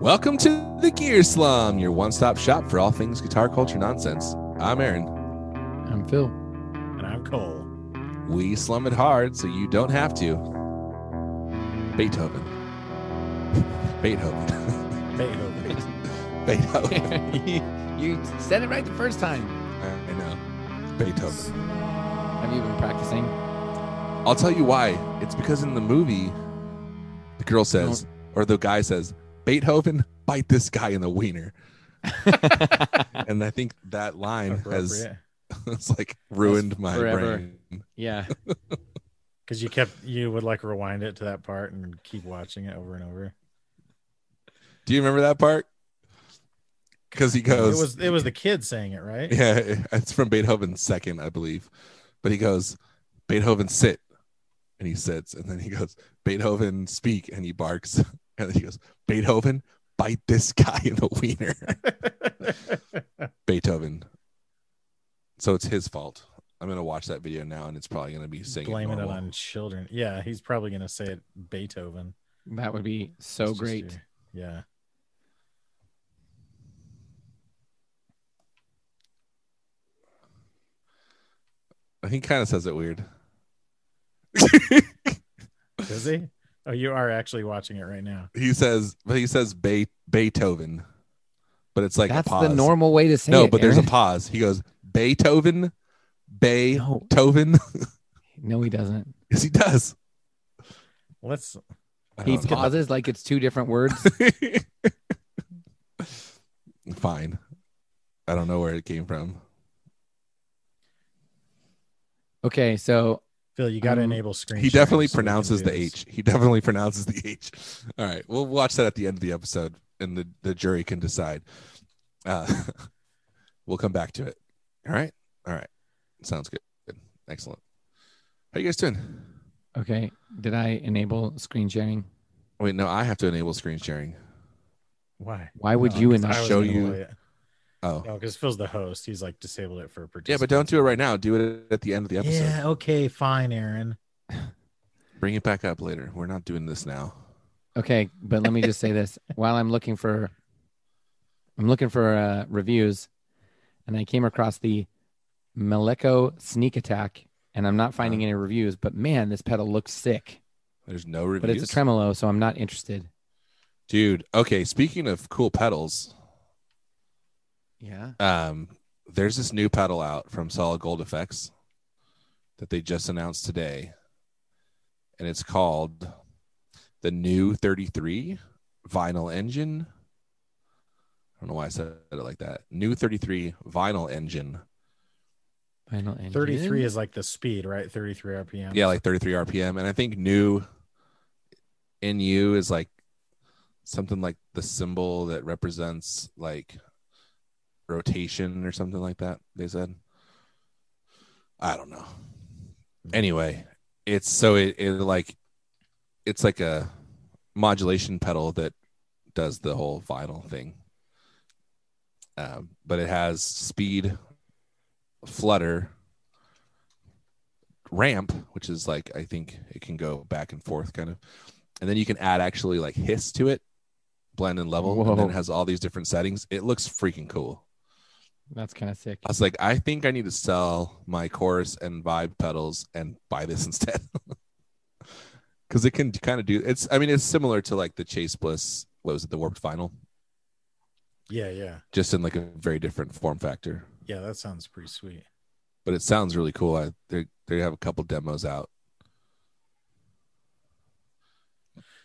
Welcome to the Gear Slum, your one stop shop for all things guitar culture nonsense. I'm Aaron. I'm Phil. And I'm Cole. We slum it hard so you don't have to. Beethoven. Beethoven. Beethoven. Beethoven. you, you said it right the first time. I know. Beethoven. Have you been practicing? I'll tell you why. It's because in the movie, the girl says, or the guy says, Beethoven, bite this guy in the wiener. and I think that line has Appropriate. it's like ruined my forever. brain. yeah. Because you kept, you would like rewind it to that part and keep watching it over and over. Do you remember that part? Because he It goes, was, it was the kid saying it, right? yeah, it's from Beethoven's second, I believe. But he goes, Beethoven sit, and he sits, and then he goes, Beethoven speak, and he barks, and then he goes, Beethoven bite this guy in the wiener. Beethoven. So it's his fault. I'm gonna watch that video now, and it's probably gonna be singing. Blaming it normal. on children. Yeah, he's probably going to say it Beethoven. That would be so It's just great. your- yeah. He kind of says it weird. Does he? Oh, you are actually watching it right now. he says, but he says Be- Beethoven, but it's like That's a pause. the normal way to say it. No, but there's a Aaron. pause. He goes Beethoven, Beethoven. No, no, he doesn't. yes, he does. Let's, I He don't know. pauses like it's two different words. Fine. I don't know where it came from. Okay, so Phil, you got to Um, enable screen. He sharing definitely so we can pronounces do the this. H. He definitely pronounces the H. All right, we'll watch that at the end of the episode, and the the jury can decide. Uh, we'll come back to it. All right. All right. Sounds good. good. Excellent. How you guys doing? okay, did I enable screen sharing? Wait, no, I have to enable screen sharing. Why? Why would No, you 'cause enable? I was show gonna you- play it. Oh, No, because Phil's the host. He's like disabled it for yeah, participants. but don't do it right now. Do it at the end of the episode. Yeah, okay, fine, Aaron. Bring it back up later. We're not doing this now. Okay, but let me just say this: while I'm looking for, I'm looking for uh, reviews, and I came across the Meleco Sneak Attack, and I'm not finding any reviews. But man, this pedal looks sick. There's no reviews. But it's a tremolo, so I'm not interested. dude. Okay, speaking of cool pedals, Yeah. um, there's this new pedal out from Solid Gold Effects that they just announced today, and it's called the New 33 Vinyl Engine. I don't know why I said it like that. New 33 Vinyl Engine. Final engine. 33 is like the speed, right? 33 RPM. Yeah, like 33 RPM. And I think new NU is like something like the symbol that represents like rotation or something like that, they said. I don't know. Anyway, it's so it, it like it's like a modulation pedal that does the whole vinyl thing. Um, but it has speed, flutter, ramp, which is like I think it can go back and forth kind of, and then you can add actually like hiss to it, blend and level, and then Whoa. it has all these different settings. It looks freaking cool. That's kind of sick. I was like, I think I need to sell my chorus and vibe pedals and buy this instead. Because it can kind of do it's. I mean, it's similar to like the Chase Bliss. What was it? The Warped Vinyl, Yeah, yeah. just in like a very different form factor. Yeah, that sounds pretty sweet. But it sounds really cool. I they they have a couple demos out,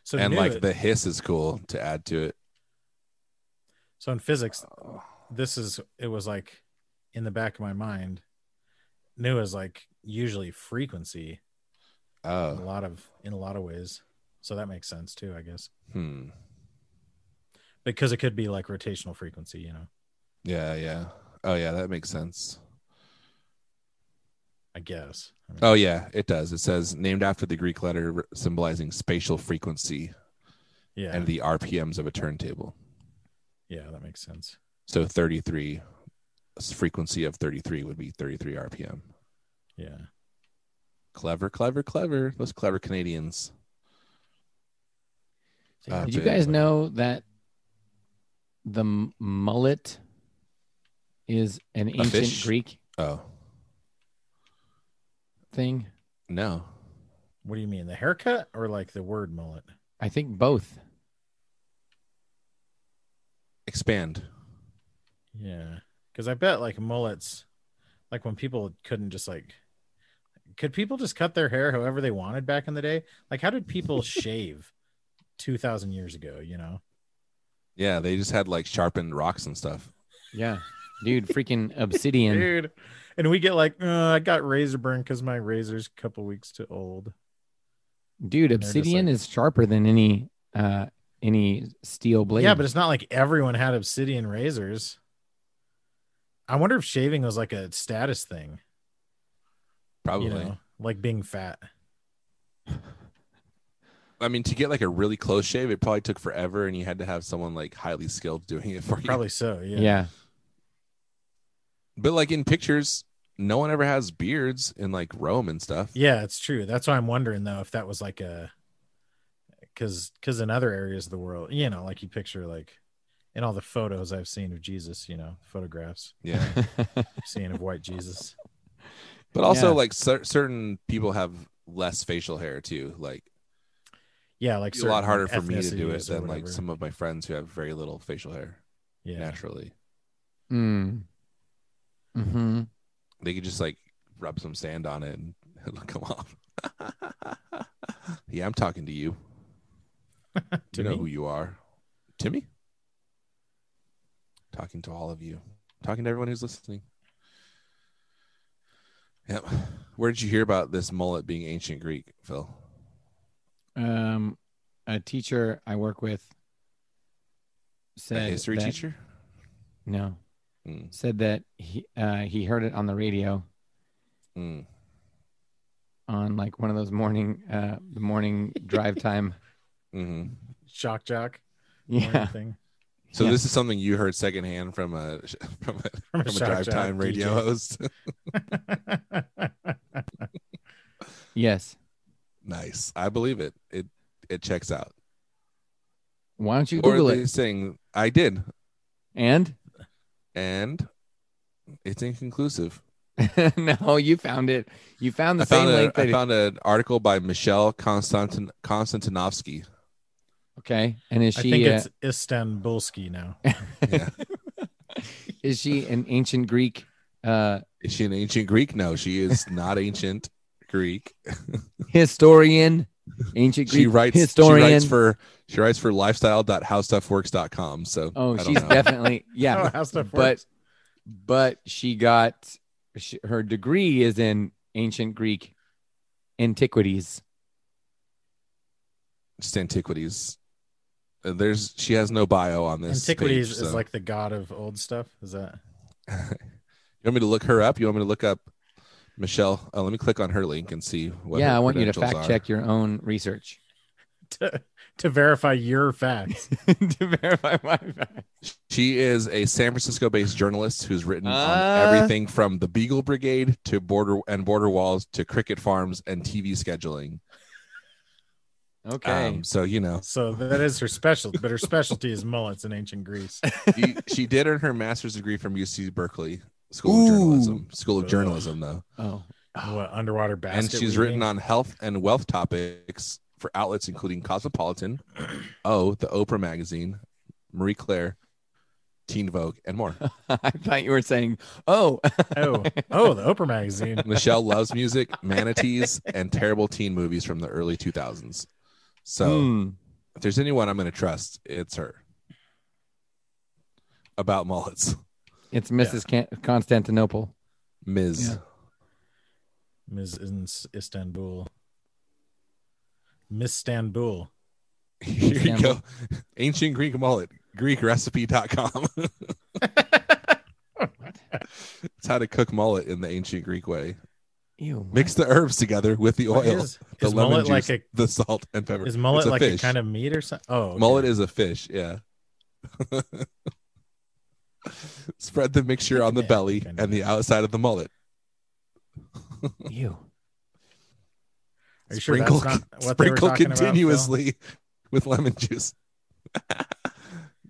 So and new- like the hiss is cool to add to it. so in physics, this is it was like in the back of my mind. New is like usually frequency in a Oh, lot of in a lot of ways. So that makes sense too, I guess. hmm. Because it could be like rotational frequency, you know. Yeah, yeah. Oh, yeah, that makes sense. I guess. I mean, Oh, yeah, it does. It says named after the Greek letter re- symbolizing spatial frequency yeah. and the RPMs of a turntable. yeah, that makes sense. So 33, s- frequency of 33 would be 33 RPM. Yeah. Clever, clever, clever. Those clever Canadians. Yeah. Uh, Did you big, guys but- know that the m- mullet is an ancient fish? Greek Oh thing? no, What do you mean, the haircut or like the word mullet? I think both. expand. Yeah, because I bet like mullets, like when people couldn't just like, could people just cut their hair however they wanted back in the day? Like, how did people shave two thousand years ago? You know, Yeah, they just had like sharpened rocks and stuff. Yeah. Dude, freaking obsidian. dude. And we get like, "Uh, I got razor burn because my razor's a couple weeks too old. Dude, just obsidian like- is sharper than any uh any steel blade. Yeah, but it's not like everyone had obsidian razors. I wonder if shaving was like a status thing, Probably. you know, like being fat. I mean, to get like a really close shave, it probably took forever, and you had to have someone like highly skilled doing it for you. Probably so. Yeah. yeah. yeah. But like in pictures, no one ever has beards in like Rome and stuff. Yeah, it's true. That's why I'm wondering though if that was like a because because in other areas of the world, you know, like you picture like in all the photos I've seen of Jesus, you know, photographs Yeah. I've seen of white Jesus. But also Yeah. like cer- certain people have less facial hair too. Like Yeah, like it's a lot certain harder for me to do it ethnicities or than like whatever. some of my friends who have very little facial hair yeah. naturally. Mm. hmm They could just like rub some sand on it and it'll come off. yeah, I'm talking to you. To you know me? who you are. Timmy? Talking to all of you. Talking to everyone who's listening. Yep. Where did you hear about this mullet being ancient Greek, Phil? Um a teacher I work with A said history that- teacher? No. Mm, Said that he uh he heard it on the radio mm. on like one of those morning uh the morning drive time. hmm shock jock or Yeah. anything So Yeah. this is something you heard secondhand from a from a, from a, from a shock drive jock time radio host. DJ. Yes. nice, I believe it. It it checks out. Why don't you Or Google at it? least saying I did, And and it's inconclusive. no, you found it. You found the I found same a, link that I found an article by Michelle Konstantin Konstantinovsky. Okay. And is I think she uh, it's Istanbulski now. Yeah. is she an ancient Greek uh is she an ancient Greek? No, she is not ancient Greek. historian? Ancient Greek She writes historian. She writes for she writes for lifestyle.howstuffworks.com. So oh, I don't she's know. definitely I don't yeah. know how stuff but works. but she got sh her degree is in ancient Greek antiquities. just antiquities. Uh, There's she has no bio on this. antiquities page, is so- like the god of old stuff. Is that you want me to look her up? You want me to look up Michelle? Uh, let me click on her link and see what. yeah, her I want you to credentials fact check your own research to, to verify your facts? to verify my fact. are. She is a San Francisco-based journalist who's written Ah. on everything from the Beagle Brigade to border and border walls to cricket farms and TV scheduling. Okay. Um, so you know, So that is her specialty, but her specialty is mullets in ancient Greece. she, she did earn her master's degree from UC Berkeley School Ooh. of Journalism. School of Ugh. Journalism, though. oh. What underwater and basket? she's written on health and wealth topics for outlets including Cosmopolitan, Oh, the Oprah magazine, Marie Claire, Teen Vogue, and more. I thought you were saying, "Oh, Oh, oh, the Oprah magazine. Michelle loves music, manatees, and terrible teen movies from the early 2000s. So Hmm. if there's anyone I'm going to trust, it's her. About mullets, it's Mrs. Can- Constantinople." Ms. Yeah. Ms. in Istanbul. Miss Istanbul. Here you Campbell. go. Ancient Greek mullet, GreekRecipe.com. it's how to cook mullet in the ancient Greek way. Ew. Mix the herbs together with the What oil, is, the is lemon mullet juice, like the salt, and a pepper. is mullet It's a like a fish. kind of meat or something? Oh, okay. Mullet is a fish, yeah. Spread the mixture on the Yeah, I belly think I know and the outside of the mullet. Ew. Are you sure that's not what they were sprinkle talking about, Phil? continuously with lemon juice.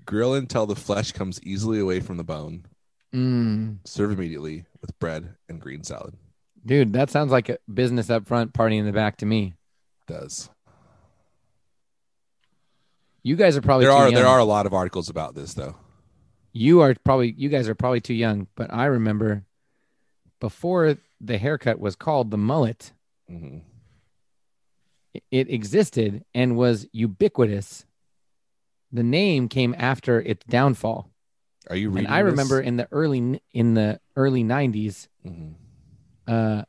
Grill until the flesh comes easily away from the bone. Mm, Serve immediately with bread and green salad. dude, that sounds like a business up front, party in the back to me. Does You guys are probably there too are young. there are a lot of articles about this though. You are probably you guys are probably too young, but I remember before the haircut was called the mullet, hmm it existed and was ubiquitous. The name came after its downfall. Are you And reading? I remember in the early in the early 90s hmm uh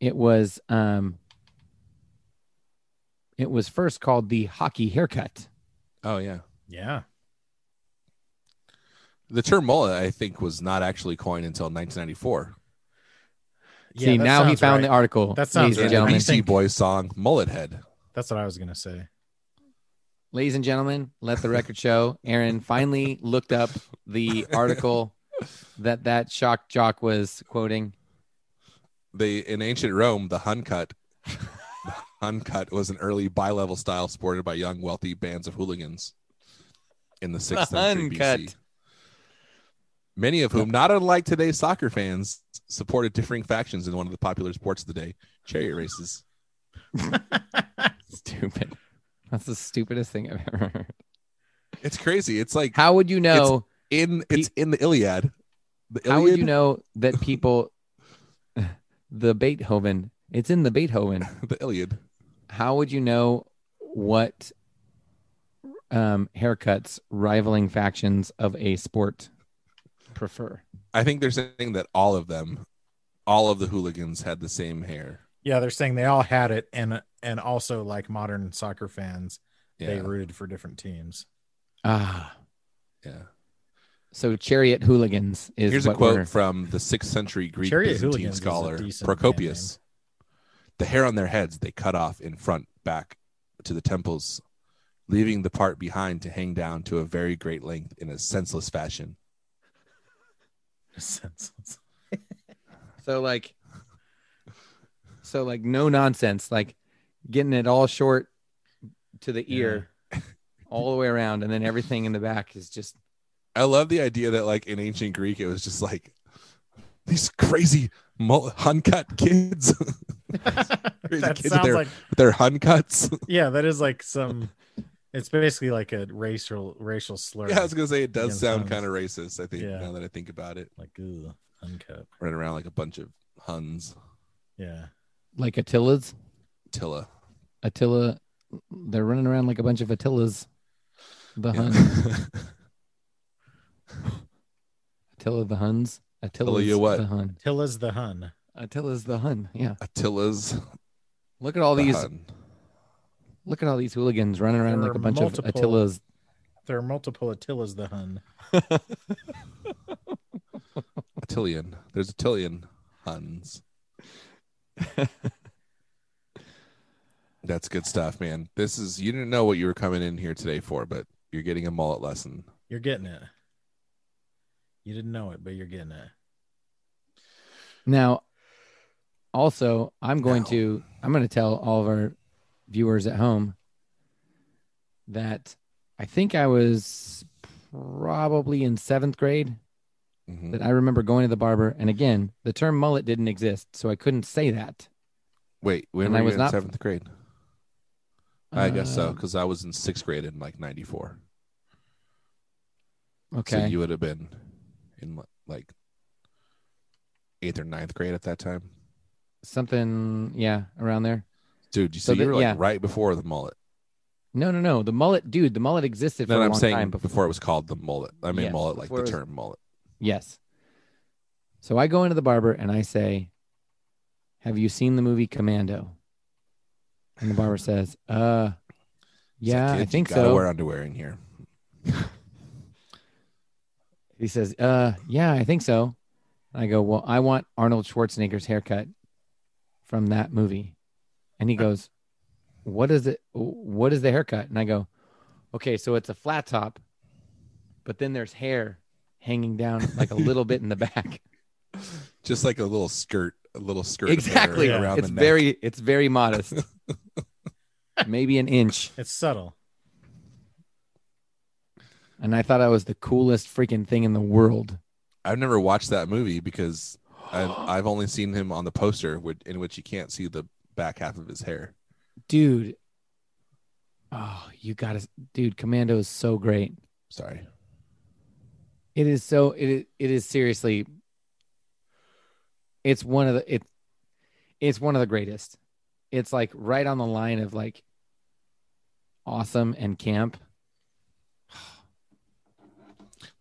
it was um it was first called the hockey haircut. Oh yeah, Yeah. the term mullet I think was not actually coined until 1994. yeah See, that now he sounds found right. the article. That sounds ladies In and right. the gentlemen. Nice. BC Boys song "Mullet Head." That's what I was gonna say. Ladies and gentlemen, let the record show. Aaron finally looked up the article that that shock jock was quoting. They in ancient Rome, the hun cut. the hun cut was an early bi-level style sported by young, wealthy bands of hooligans in the sixth century hun cut. BC. Many of whom, not unlike today's soccer fans, supported differing factions in one of the popular sports of the day: chariot races. Stupid. That's the stupidest thing I've ever heard. It's crazy. It's like How would you know? in it's in the Iliad. The Iliad. How would you know that people, the Beethoven, it's in the Beethoven. The Iliad. How would you know what um, haircuts rivaling factions of a sport prefer? I think they're saying that all of them, all of the hooligans had the same hair. Yeah, they're saying they all had it, and and also like modern soccer fans, they Yeah, rooted for different teams. Ah, yeah. so chariot hooligans is Here's a what quote we're- from the sixth century Greek Chariot Byzantine hooligans is a scholar decent Procopius. The hair on their heads they cut off in front, back to the temples, leaving the part behind to hang down to a very great length in a senseless fashion. Senseless. So like, so like no nonsense, like getting it all short to the ear, all the way around, and then everything in the back is just I love the idea that, like in ancient Greek, it was just like these crazy mul- uncut kids, that kids sounds there. like their uncuts. yeah, that is like some. It's basically like a racial racial slur. Yeah, I was gonna say it does Yeah, sound sounds- kind of racist. I think Yeah. now that I think about it, like ugh, uncut. running around like a bunch of Huns, Yeah, like Attila's Attila. Attila. They're running around like a bunch of Attilas. The Yeah. Hun, Attila the Huns. Attila's you what? the Hun. Tilla's the Hun. Attila's the Hun. Yeah. Attila's Look at all the these. Hun. Look at all these hooligans running around There like are a bunch multiple- of Attilas. There are multiple Attila's the Hun. Attilian. There's Attilian Huns. That's good stuff, man. This is you didn't know what you were coming in here today for, but you're getting a mullet lesson. You're getting it. You didn't know it, but you're getting it. Now, also, I'm going Now. to I'm going to tell all of our viewers at home that I think I was probably in seventh grade Mhm. that I remember going to the barber, and again, the term mullet didn't exist, so I couldn't say that. Wait, when And were I you was in not- seventh grade? I guess so, Um, because I was in sixth grade in like '94. Okay, So you would have been in li- like eighth or ninth grade at that time. something, yeah, around there. Dude, you So see, you the- were like yeah. right before the mullet. No, no, no. The mullet, dude. The mullet existed for No, a I'm long saying time before. before. it was called the mullet. I mean, Yes, mullet, like before the it was- term mullet. Yes. So I go into the barber and I say, Have you seen the movie Commando? And the barber says, Uh, It's like, yeah, "Kid, I think you gotta so. Wear underwear in here. He says, Uh, yeah, I think so. And I go, Well, I want Arnold Schwarzenegger's haircut from that movie. And he goes, What is it? What is the haircut? And I go, Okay, so it's a flat top, but then there's hair hanging down like a little bit in the back. Just like a little skirt, a little skirt. of hair exactly Yeah. around it's the neck. very it's very modest maybe an inch It's subtle. and I thought I was the coolest freaking thing in the world. I've never watched that movie because I've, I've only seen him on the poster, which, in which you can't see the back half of his hair. dude. Oh, you got to, dude. Commando is so great. Sorry. It is so. It is. It is seriously. It's one of the it. It's one of the greatest. It's like right on the line of like. Awesome and camp.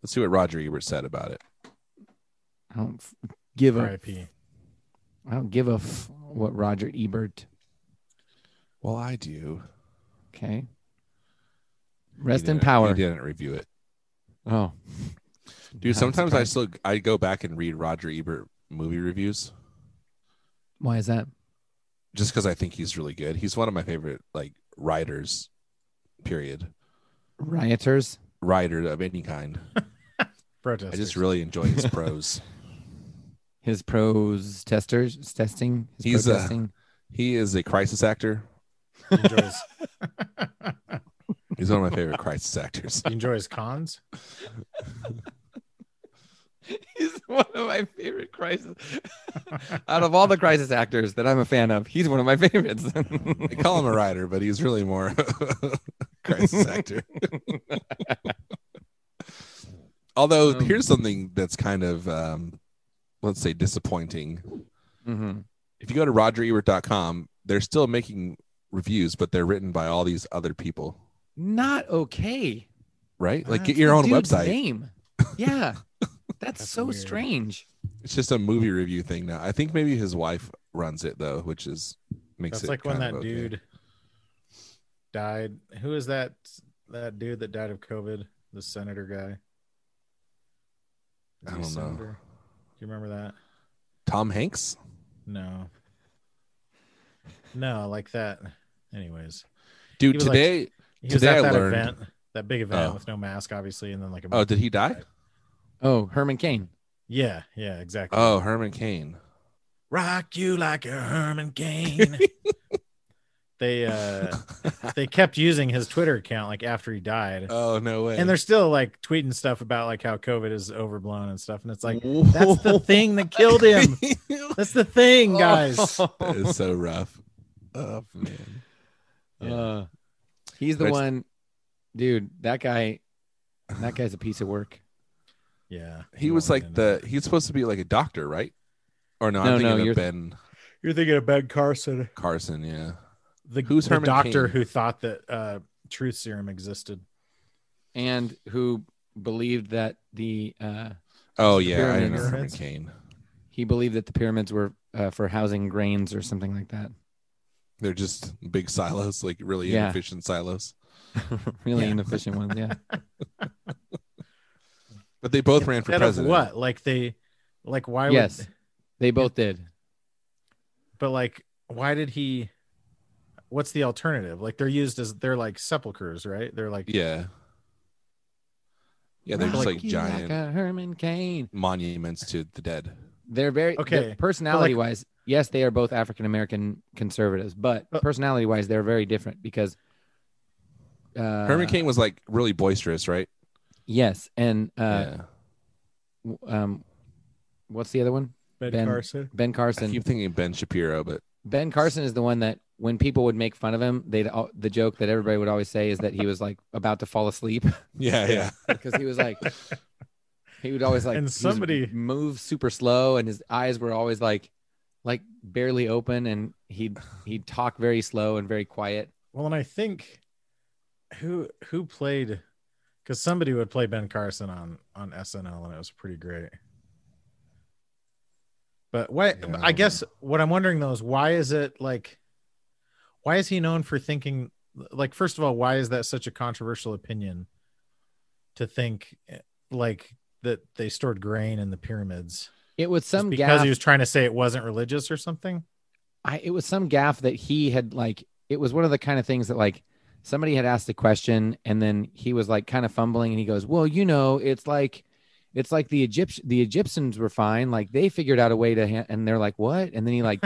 Let's see what Roger Ebert said about it. I don't f- give a. R.I.P. I don't give a f- what Roger Ebert. Well, I do. Okay. Rest He in didn't- He power. didn't review it. Oh, Dude, That's sometimes I right. still I go back and read Roger Ebert movie reviews why is that? just because I think he's really good. He's one of my favorite like writers, period. Rioters. Writer of any kind. I Protesters. just really enjoy his prose. His pros testers testing. His He's, pro uh, testing. He is a crisis actor. He enjoys, He's one of my favorite crisis actors. he enjoys cons. He's one of my favorite crisis. Out of all the crisis actors that I'm a fan of, he's one of my favorites. They call him a writer, but he's really more crisis actor. Although Um, here's something that's kind of um, let's say disappointing. Mhm. If you go to RogerEbert.com, they're still making reviews, but they're written by all these other people, Not okay. right? Like Ah, get your own Dude's website. Name. Yeah. That's, That's so weird. strange. It's just a movie review thing now. I think maybe his wife runs it though, which is makes That's it like when kind that of okay. dude died. Who is that? That dude that died of COVID, the senator guy. Is I he a don't know. senator? Do you remember that? Tom Hanks. No. No, like that. Anyways, Dude, He was like- today he was Today at I that learned- event, that big event Oh. with no mask, obviously, and then like a Oh, did he die? Oh, Herman Cain. yeah, yeah, exactly. Oh, Herman Cain. rock you like a Herman Cain. they uh they kept using his Twitter account like after he died. Oh no way. and they're still like tweeting stuff about like how COVID is overblown and stuff. And it's like that's the thing that killed him. That's the thing, guys. that is so rough. Oh man. Uh, he's the But it's- one, dude. That guy, that guy's a piece of work. Yeah, He was like the he's supposed to be like a doctor, right? Or no, No, I'm no, thinking you're- of Ben You're thinking of Ben Carson, Carson, yeah. the, Who's the Herman doctor Cain? who thought that uh, truth serum existed. And who believed that the uh, Oh The yeah, I pyramid know Herman pyramids? Cain. he believed that the pyramids were uh, for housing grains or something like that. They're just big silos, like really Yeah. inefficient silos. really Yeah. inefficient ones. Yeah. But they both ran for Instead of president. what? Like they, like why? yes, Would, they both did. but like why did he? What's the alternative? Like they're used as they're like sepulchers, right? They're like Yeah. Yeah, they're Rock just like you giant a Herman Cain. monuments to the dead. They're very Okay, okay. Personality wise, yes, they are both African American conservatives, but But- personality wise, they're very different because uh, Herman Cain was like really boisterous, right? Yes, and uh, yeah. w- um, what's the other one? Ben- Carson. Ben I Carson. keep thinking Ben Shapiro, but Ben Carson is the one that when people would make fun of him, they'd al- the joke that everybody would always say is that he was like about to fall asleep yeah, yeah. because he was like he would always like And he was- somebody- move super slow and his eyes were always like like barely open and he'd he'd talk very slow and very quiet. Well, and I think who who played because somebody would play Ben Carson on on SNL, and it was pretty great. But why? Yeah, I I don't guess what I'm wondering though is why is it like, why is he known for thinking like? First of all, why is that such a controversial opinion to think eh, like that they stored grain in the pyramids? It was Just some because gaff. he was trying to say it wasn't religious or something. I it was some gaff that he had like it was one of the kind of things that like somebody had asked a question and then he was like kind of fumbling and he goes, "Well, you know, it's like it's like the Egyptian the Egyptians were fine, like they figured out a way to ha-, and they're like, "What?" And then he like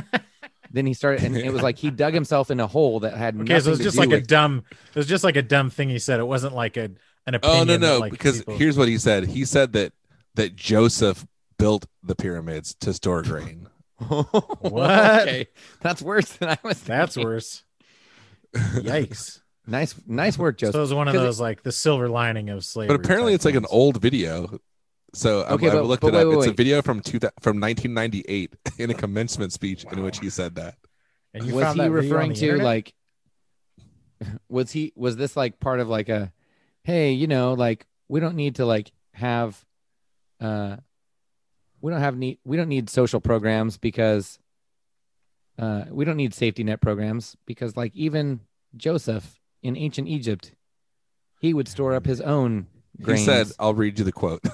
then he started and it was like he dug himself in a hole that had Okay, nothing so it's to just do like a with- dumb. It was just like a dumb thing he said. It wasn't like a an Oh opinion. no, no, that, like, because people- here's what he said. He said that that Joseph built the pyramids to store grain. What? Okay. That's worse than I was. that's thinking. worse. Yikes! Nice, nice work, so it Joseph. was one of 'cause it- those like the silver lining of slavery. but apparently, type it's like an things. old video. So I'm- Okay, I but- looked but it up. wait, wait, it's a wait. video from two thou- from 1998 in a commencement speech in which he said that. And you was found he that video on referring the to internet? like? Was he was this like part of like a, hey, you know, like we don't need to like have, uh, we don't have need we don't need social programs because, uh, we don't need safety net programs because like even Joseph in ancient Egypt, he would store up his own. Grains. He said, "I'll read you the quote."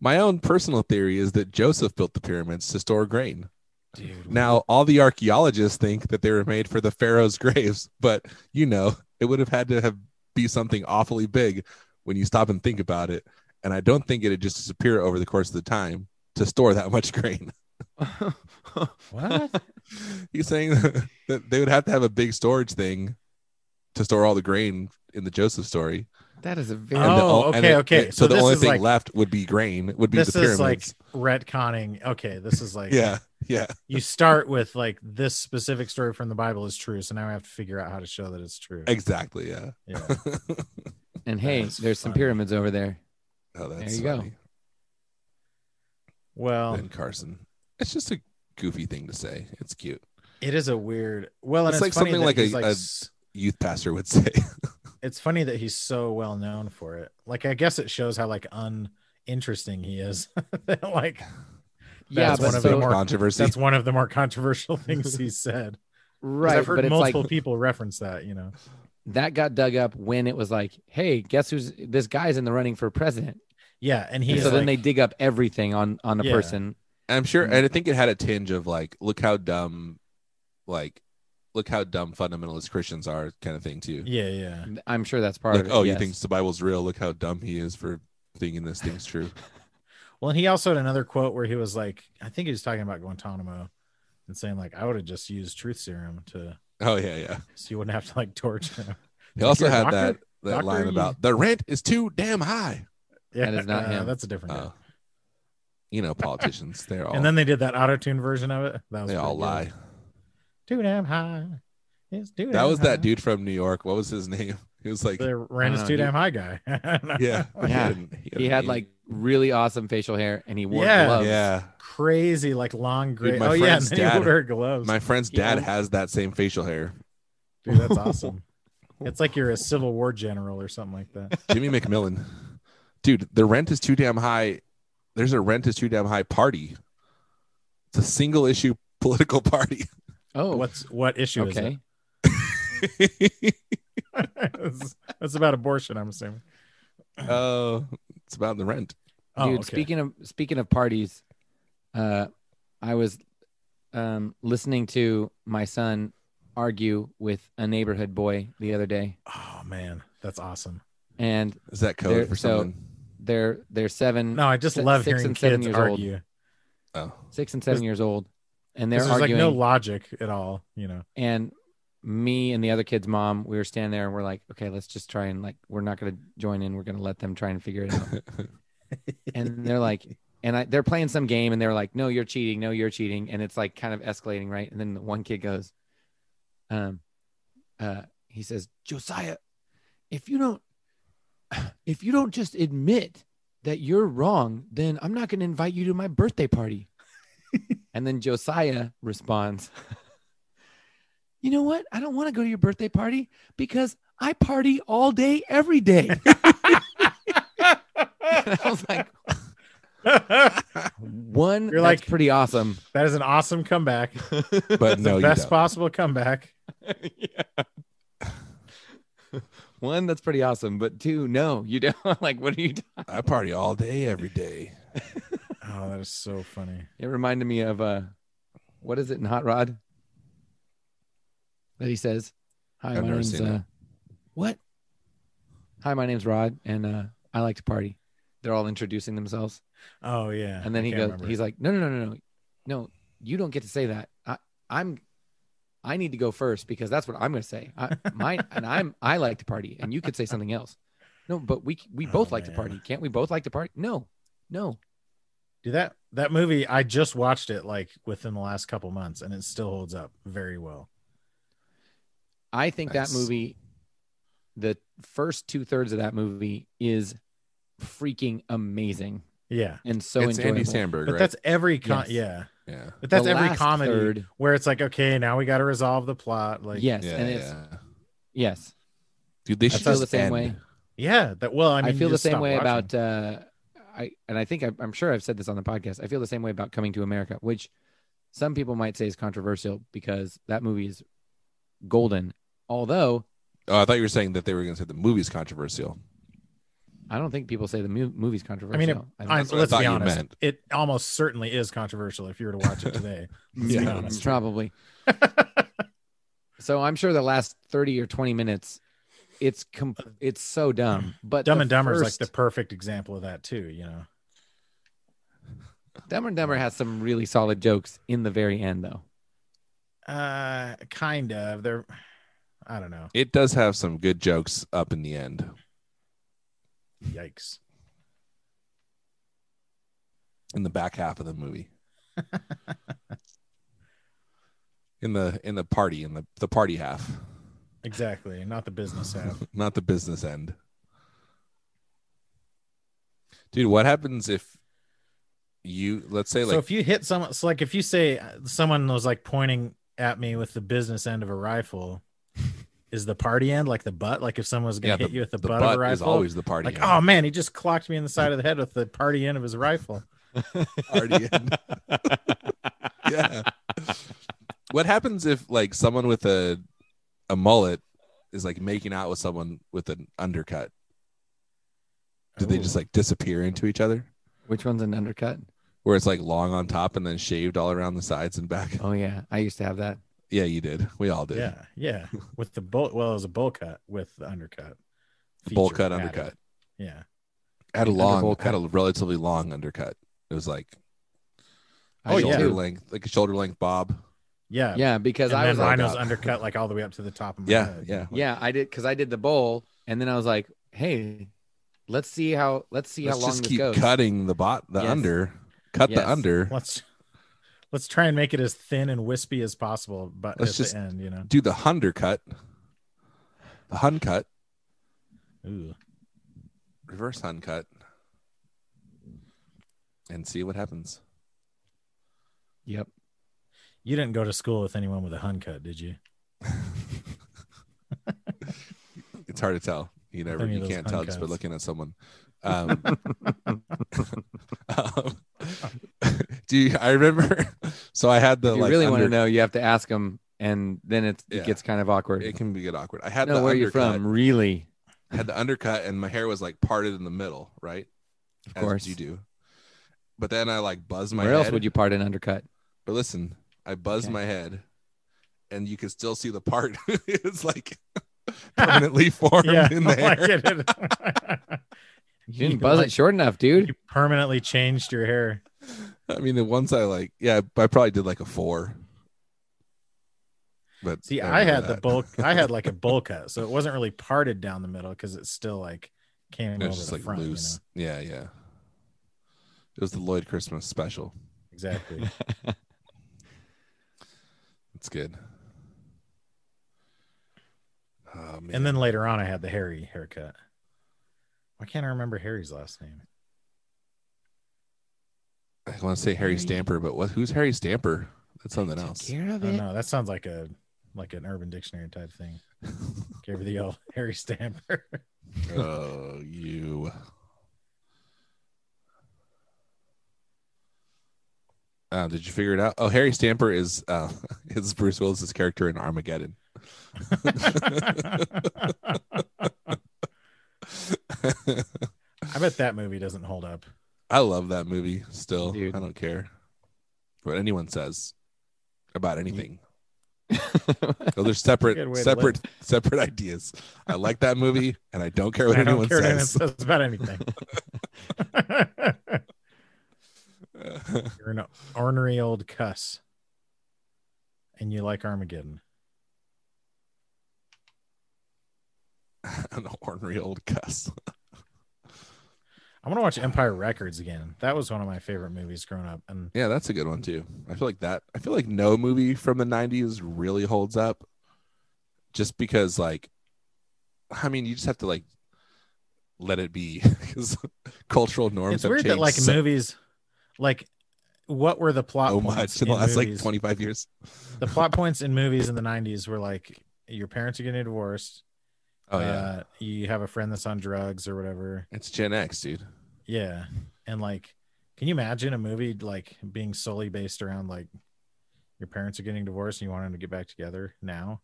My own personal theory is that Joseph built the pyramids to store grain. Dude, Now, all the archaeologists think that they were made for the pharaoh's graves, but you know, it would have had to have be something awfully big when you stop and think about it. And I don't think it'd just disappear over the course of the time to store that much grain. what? He's saying that they would have to have a big storage thing to store all the grain in the Joseph story. that is a very And uh, the Oh, o- and okay, it- okay. it- so, So the this only is thing like- left would be grain, would be this the pyramids. is like retconning. Okay, this is like yeah, yeah. you start with like this specific story from the Bible is true, so now I have to figure out how to show that it's true. Exactly. Yeah. Yeah. and hey, That's there's some funny. pyramids over there. Oh, that's you go. funny. Well, Ben Carson. It's just a goofy thing to say. It's cute. it is a weird. Well, and It's it's, like funny something that like a- he's, like a- s- Youth pastor would say. it's funny that he's so well known for it. Like, I guess it shows how like uninteresting he is. like, Yeah, That's but one of so, the more- controversy. that's one of the more controversial things he said. 'Cause right, I've heard but it's like multiple people reference that. You know, that got dug up when it was like, hey, guess who's this guy's in the running for president? yeah, and And he's so then they like- dig up everything on on a Yeah. person. I'm sure, Mm-hmm. and I think it had a tinge of like, look how dumb, like, look how dumb fundamentalist Christians are, kind of thing too. yeah, yeah. I'm sure that's part Like, of it. oh, yes. you think the Bible's real? Look how dumb he is for thinking this thing's true. Well, and he also had another quote where he was like, I think he was talking about Guantanamo and saying, like, I would have just used truth serum to oh yeah, yeah. so you wouldn't have to like torture him. He also You're a had doctor? that that Doctor, E. line you- about the rent is too damn high. Yeah, uh, is not him. That's a different guy. Oh, you know, politicians. They're all and then they did that auto tune version of it. That was oh. they all pretty lie. good. Too damn high. It's too That damn was high. that dude from New York. What was his name? He was like, The rent is Uh, too he- damn high guy. yeah, he Yeah. had, an- he an had name. like really awesome facial hair and he wore Yeah. gloves? yeah. Crazy, like long gray. Dude, my oh yeah, and friend's then he dad- wore gloves. My friend's Yeah. dad has that same facial hair. Dude, that's awesome. it's like you're a Civil War general or something like that. Jimmy McMillan. Dude, the rent is too damn high. There's a rent is too damn high party. It's a single issue political party. Oh, What's what issue is it? okay. that's about abortion, I'm assuming. Oh, it's about the rent. Oh, Dude, okay. speaking of speaking of parties, uh, I was um listening to my son argue with a neighborhood boy the other day, Oh man, that's awesome. and Is that code There- for so- something? they're they're seven, No, I just Si- love six hearing and seven kids years old. argue. Oh, six and seven years old, and they're There's like arguing. no logic at all, you know. and me and the other kid's mom, we were standing there and we're like, okay, let's just try and like, we're not going to join in. We're going to let them try and figure it out. and they're like, and I, they're playing some game and they're like, no, you're cheating. No, you're cheating. And it's like kind of escalating. Right. And then the one kid goes, um, uh, he says, Josiah, if you don't, if you don't just admit that you're wrong, then I'm not going to invite you to my birthday party. and then Josiah responds, You know what? I don't want to go to your birthday party because I party all day, every day. and I was like, that One, You're that's like- pretty awesome. is an awesome comeback. but no, the you best don't. possible comeback. One, that's pretty awesome. But two, no, you don't. like, what are you doing? I party all day, every day. Oh, that is so funny. It reminded me of uh, what is it in Hot Rod that he says, "Hi, I've my never name's seen uh, that. what? Hi, my name's Rod, and uh, I like to party." They're all introducing themselves, Oh yeah. and then I he can't goes, remember. "He's like, no, no, no, no, no, no, you don't get to say that. I, I'm." I need to go first because that's what I'm going to say. I, my and I'm I like to party, and you could say something else. No, but we we Oh, both like to man. party. Can't we both like to party? No, no. Do that that movie? I just watched it like within the last couple months, and it still holds up very well. I think Nice. that movie, the first two thirds of that movie is freaking amazing Yeah, and so it's enjoyable. Andy Samberg, but right? that's every con- Yes. yeah, yeah. but that's The every last comedy third- where it's like, okay, now we got to resolve the plot. Like, yes, yeah, and it's yeah. yes. Dude, they I should feel just the same end. way. yeah, that. Well, I I, mean, you feel the just same stop way watching. about. Uh, I and I think I, I'm sure I've said this on the podcast. I feel the same way about Coming to America, which some people might say is controversial because that movie is golden. Although Oh, I thought you were saying that they were going to say the movie's controversial. I don't think people say the mo- movie's controversial. think I, That's what I let's thought be you honest. meant. It almost certainly is controversial if you were to watch it today. let's Yeah. be Mm, honest. probably. so I'm sure the last 30 or 20 minutes, it's com- it's so dumb. But Dumb the and Dumber is first- like the perfect example of that too. You know, Dumb and Dumber has some really solid jokes in the very end, though. uh, kind of. They're, I don't know. It does have some good jokes up in the end. Yikes. in the back half of the movie. in the in the party in the the party half, Exactly. Not the business half. not the business end. Dude, what happens if you let's say so like if you hit someone, so like if you say uh, someone was like pointing at me with the business end of a rifle, is the party end like the butt? Like if someone was gonna Yeah, hit you with the, the butt, of a butt is rifle, always the party like end. oh man, he just clocked me in the side of the head with the party end of his rifle. oh, party end. yeah. What happens if like someone with a a mullet is like making out with someone with an undercut? Do they Ooh. just like disappear into each other? Which one's an undercut? where it's like long on top and then shaved all around the sides and back. Oh, yeah. I used to have that. Yeah, you did. We all did. Yeah, yeah. With the bowl, well, it was a bowl cut with the undercut. The bowl feature cut, added. undercut. Yeah, Had a Under long, bowl had a relatively long undercut. It was like I Oh, did shoulder yeah. too. length, like a shoulder length bob. yeah, Yeah. Because And I then was like, mine was up. undercut like all the way up to the top of my Yeah, head. yeah. yeah, I did. Because I did the bowl. And then I was like, hey, let's see how, let's see Let's how long just this keep goes. cutting the bot, the Yes. under, cut Yes. the under. Let's let's try and make it as thin and wispy as possible, but Let's at just- the end, you know. Do the undercut, the hun cut, Ooh. reverse hun cut, and see what happens. Yep. You didn't go to school with anyone with a hun cut, did you? It's hard to tell. You never, Any of you those can't tell just by uncuts. looking at someone. Um, um, do you, I remember? So I had the if you like. really want to under- know, you have to ask them, and then it's, Yeah. it gets kind of awkward. It can be get awkward. I had no, the where are you undercut. from? Really? I had the undercut, and my hair was like parted in the middle, right? Of As course. you do. But then I like buzzed my Where head. else would you part an undercut? But listen, I buzzed Okay. my head, and you could still see the part. it's like permanently formed Yeah. Oh in the like hair. it- You didn't buzz like- it short enough, dude. You permanently changed your hair. I mean, the once I like, yeah, I probably did like a four. But See, don't I know had the that. bowl I had like a bowl cut, so it wasn't really parted down the middle because it still like came It over was just the like front. you loose. know? Yeah, yeah. It was the Lloyd Christmas special. Exactly. It's good. Oh, man. and then later on I had the Harry haircut. Why can't I remember Harry's last name? I want to say Harry Harry- Stamper, but what? Who's Harry Stamper? That's something else. Care of Oh no, that sounds like a like an urban dictionary type thing. Gave her the old Harry Stamper. Oh, you. Uh, did you figure it out? Oh, Harry Stamper is uh, is Bruce Willis's character in Armageddon. I bet that movie doesn't hold up. I love that movie still. Dude. I don't care what anyone says about anything. Those are Good separate, way to separate, separate ideas. I like that movie, and I don't care what I anyone don't care what anyone says. says about anything. You're an ornery old cuss, and you like Armageddon. An ornery old cuss. I want to watch Empire Records again. That was one of my favorite movies growing up, and Yeah, that's a good one too. I feel like that. I feel like no movie from the '90s really holds up, just because like, I mean, you just have to like let it be because cultural norms it's have weird changed that like so movies, like what were the plot points much in Oh the last like movies? 25 years. the plot points in movies in the 90s were like your parents are getting divorced Oh yeah, uh, you have a friend that's on drugs or whatever it's Gen X, dude. yeah and like can you imagine a movie like being solely based around like your parents are getting divorced and you want them to get back together now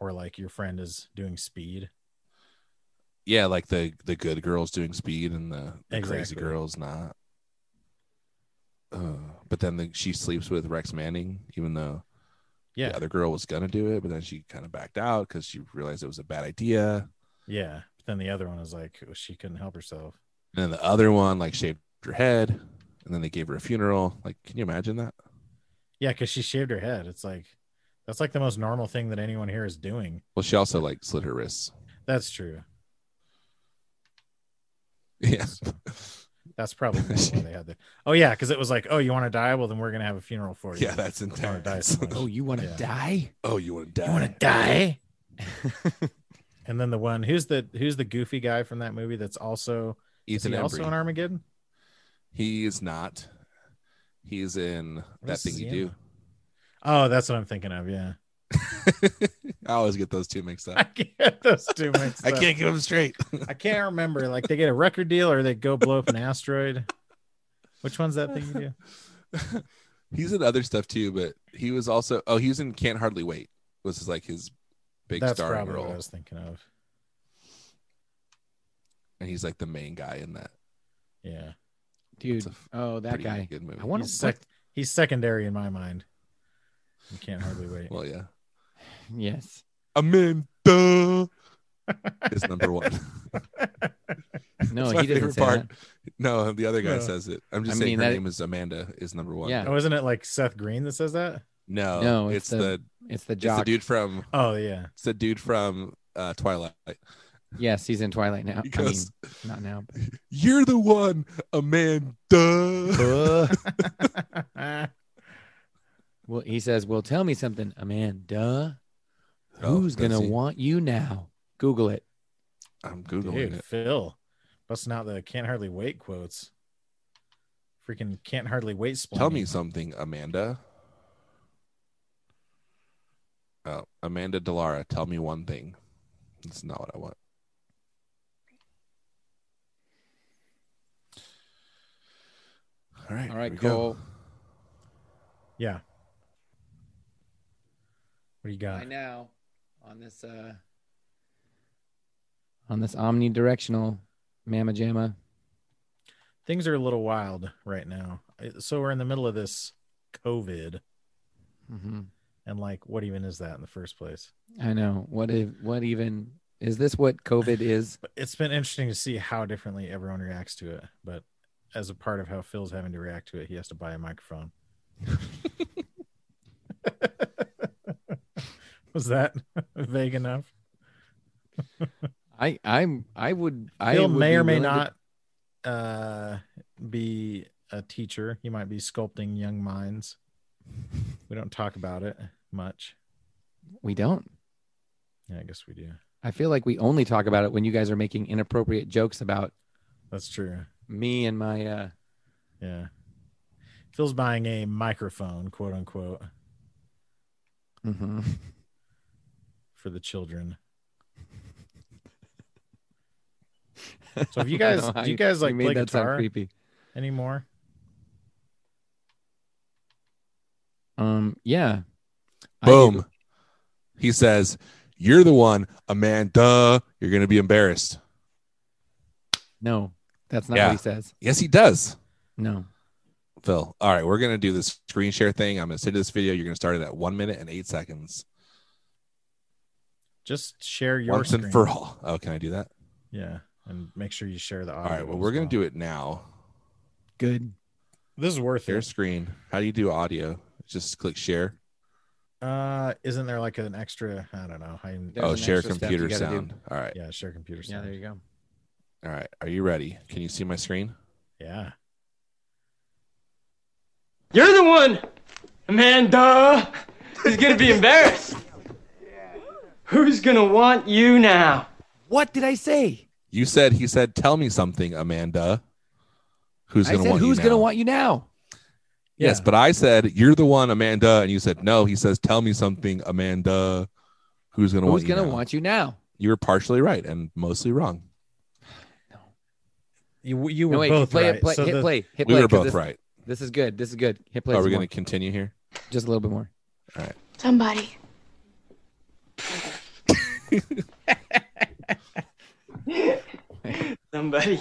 or like your friend is doing speed Yeah, like the the good girls doing speed and the, the crazy Exactly. girls not. Uh, but then the, she sleeps with Rex Manning, even though yeah the other girl was gonna do it, but then she kind of backed out because she realized it was a bad idea. yeah but then the other one is like oh, she couldn't help herself And then the other one like shaved her head, and then they gave her a funeral. Like, can you imagine that? yeah because she shaved her head it's like that's like the most normal thing that anyone here is doing Well, she also like slit her wrists. that's true Yeah, That's probably why they had that. Oh yeah, because it was like, oh, you want to die? Well, then we're gonna have a funeral for you. yeah, that's Wanna die intense. so much. Oh, you want to Yeah. die? oh, you want to die? You want to die? and then the one who's the who's the goofy guy from that movie that's also is Ethan he also Embry. in Armageddon? he is not. He's in that else thing is you he in? do. Oh, that's what I'm thinking of. Yeah, I always get those two mixed I up. can't those two mixed I up. can't get them straight. I can't remember. Like they get a record deal or they go blow up an asteroid. Which one's that thing you do? He's in other stuff too, but he was also oh he was in Can't Hardly Wait was like his big that's starring probably what I role, was thinking of. and he's like the main guy in that. Yeah, Dude. It's a f- Oh, that Pretty guy. good movie. I want He's to. sec- he's secondary in my mind. You can't hardly wait. Well, yeah, Yes. Amanda is number one. No, It's my he doesn't favorite say part. that. No, the other guy No. says it. I'm just I saying mean, her that- name is Amanda is number one. Yeah. but Oh, isn't it like Seth Green that says that? No, No, it's, it's the, the It's the it's the jock. dude from Oh yeah. it's the dude from uh, Twilight. Yes, he's in Twilight now. He I mean, goes, not now. But... "You're the one, Amanda." Well, he says, "Well, tell me something, Amanda. Oh, Who's does gonna he? want you now? Google it. I'm googling Dude, it. Phil busting out the can't hardly wait quotes. Freaking can't hardly wait. Splaining. Tell me something, Amanda. Oh, Amanda Delara, tell me one thing. That's not what I want. All right. All here right, we go. Cole. Yeah. What do you got? I now on this uh on this omnidirectional mamma jamma. Things are a little wild right now. I- So we're in the middle of this COVID, hmm and like, what even is that in the first place? I know. What if? What even is this? What COVID is? But it's been interesting to see how differently everyone reacts to it. But as a part of how Phil's having to react to it, he has to buy a microphone. Was that vague enough? I I'm I would I Phil would may be or may willing to- not uh, be a teacher. He might be sculpting young minds. We don't talk about it much. we don't. Yeah, I guess we do. I feel like we only talk about it when you guys are making inappropriate jokes about That's true. me and my uh Yeah. Phil's buying a microphone, quote unquote, mhm. for the children. So if you guys- I don't know how do you guys, like, made play that guitar? sound creepy? Anymore? Um yeah. I do. Boom. He says, You're the one, Amanda. You're going to be embarrassed. No, that's not Yeah. what he says. Yes, he does. No. Phil. All right, we're gonna do this screen share thing. I'm gonna send you this video. You're gonna start it at one minute and eight seconds. Just share your once screen. and for all. Oh, can I do that? Yeah. And make sure you share the All audio. right. Well, we're gonna do it now. Good. This is worth Share it. screen. How do you do audio? Just click share. Uh, isn't there like an extra? I don't know. I There's oh, an share extra step you computer gotta do. sound. All right. yeah, share computer. Yeah, sound. there you go. All right. Are you ready? Can you see my screen? Yeah. You're the one! Amanda is gonna be embarrassed. Who's gonna want you now? What did I say? You said he said, "Tell me something, Amanda." Who's I gonna said, want you who's going to now?" want you now? Yes, Yeah. but I said you're the one, Amanda, and you said no. He says, "Tell me something, Amanda." Who's gonna Who's want you going to now?" want you now? You were partially right and mostly wrong. You you were no, wait, both play right. it. Play, so hit the- play. Hit we play. were 'cause both this, right. This is good. This is good. Hit play. Are we some going to more. continue here? Just a little bit more. Somebody. Somebody.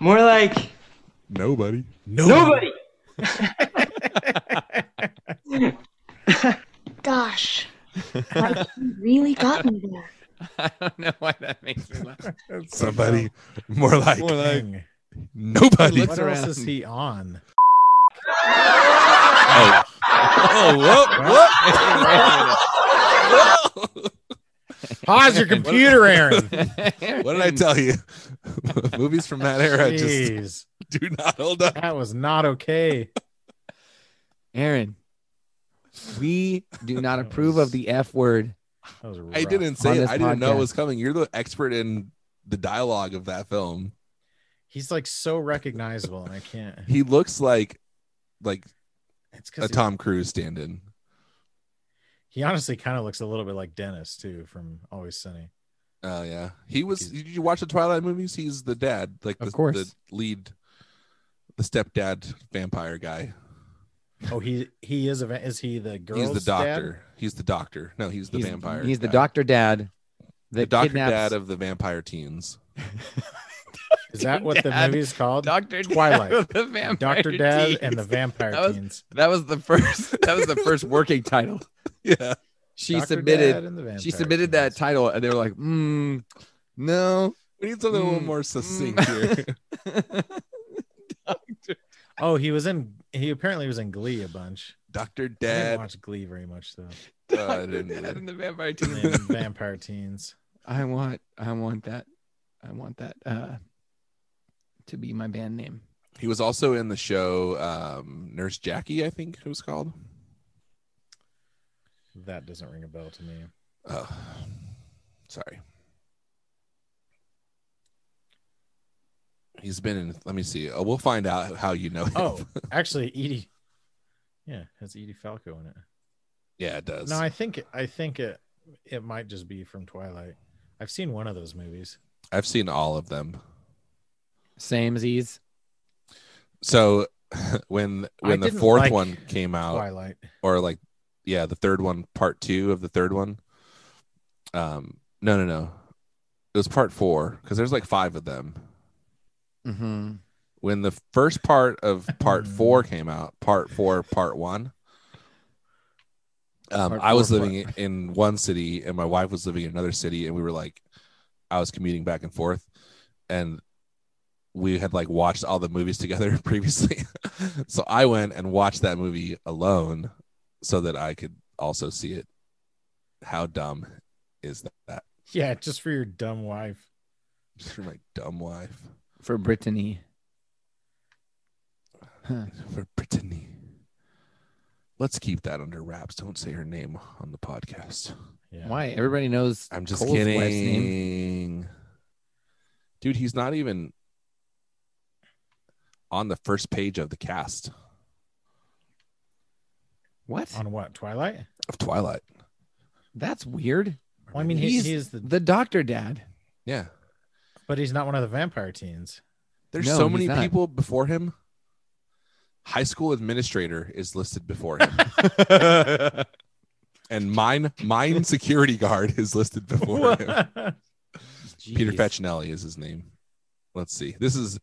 More like Nobody. nobody! Gosh. Like, you really got me there. I don't know why that makes me laugh. Somebody. More like, More like nobody. Look what around. else is he on? Oh, oh whoop, whoop. Pause your computer, Aaron. what did I tell you? Movies from that era just Jeez, do not hold up. that was not okay. Aaron, we do not approve of the F word. That was I rough. didn't On say it. this I didn't know podcast. it was coming. You're the expert in the dialogue of that film. He's like so recognizable, and I can't. He looks like like It's a because he, Tom Cruise stand-in. he honestly kind of looks a little bit like Dennis too from Always Sunny. Oh yeah, he was. Did you watch the Twilight movies? He's the dad, like the, Of course. the lead, the stepdad vampire guy. Oh, he he is a va- is he the girl's he's the dad? doctor. He's the doctor. No, he's the he's, vampire. He's the guy. doctor dad. The, That doctor kidnaps, dad of the vampire teens. Is that what Dad. the movie's called? Doctor Twilight. Dad. of the vampire Doctor Dad teens. and the Vampire That was- Teens. That was the first. That was the first working title. Yeah, She Dr. submitted. Dad and the She Vampire submitted that Teens. title, and they were like, mm, "No." we need something a little Mm, more succinct mm. here. Uh, oh, he was in. He apparently was in Glee a bunch. Doctor I didn't dad. watch Glee very much though. I Doctor didn't Dad either. and the vampire teens. And Vampire Teens. I want. I want that. I want that uh, to be my band name. He was also in the show um, Nurse Jackie, I think it was called. That doesn't ring a bell to me. Oh, sorry. He's been in. Let me see. Oh, we'll find out how you know. Him. Oh, actually, Edie. Yeah, it has Edie Falco in it. yeah, it does. No, I think I think it it might just be from Twilight. I've seen one of those movies. I've seen all of them. Same as ease. So when I when the didn't fourth like one came out, Twilight. or like yeah, the third one, part two of the third one. Um, no, no, no. It was part four because there's like five of them. Mm-hmm. When the first part of part Hmm. four came out, part four, part one. Um, Part I was four, living in one city and my wife was living in another city, and we were like, I was commuting back and forth, and we had like watched all the movies together previously. so I went and watched that movie alone so that I could also see it. How dumb is that? Yeah, just for your dumb wife. Just for my dumb wife, For Brittany. Huh. for Brittany. Let's keep that under wraps. Don't say her name on the podcast. Yeah. Why? Everybody knows. I'm just Cole's wife's kidding. name. Dude, he's not even on the first page of the cast What? On what? Twilight? of Twilight. That's weird. Well, I mean, he, He's- he is the, The doctor dad. Yeah. but he's not one of the vampire teens. There's No, so he's many not. people before him. High school administrator is listed before him. and mine mine security guard is listed before him. Peter Jeez. Facinelli is his name. Let's see. This is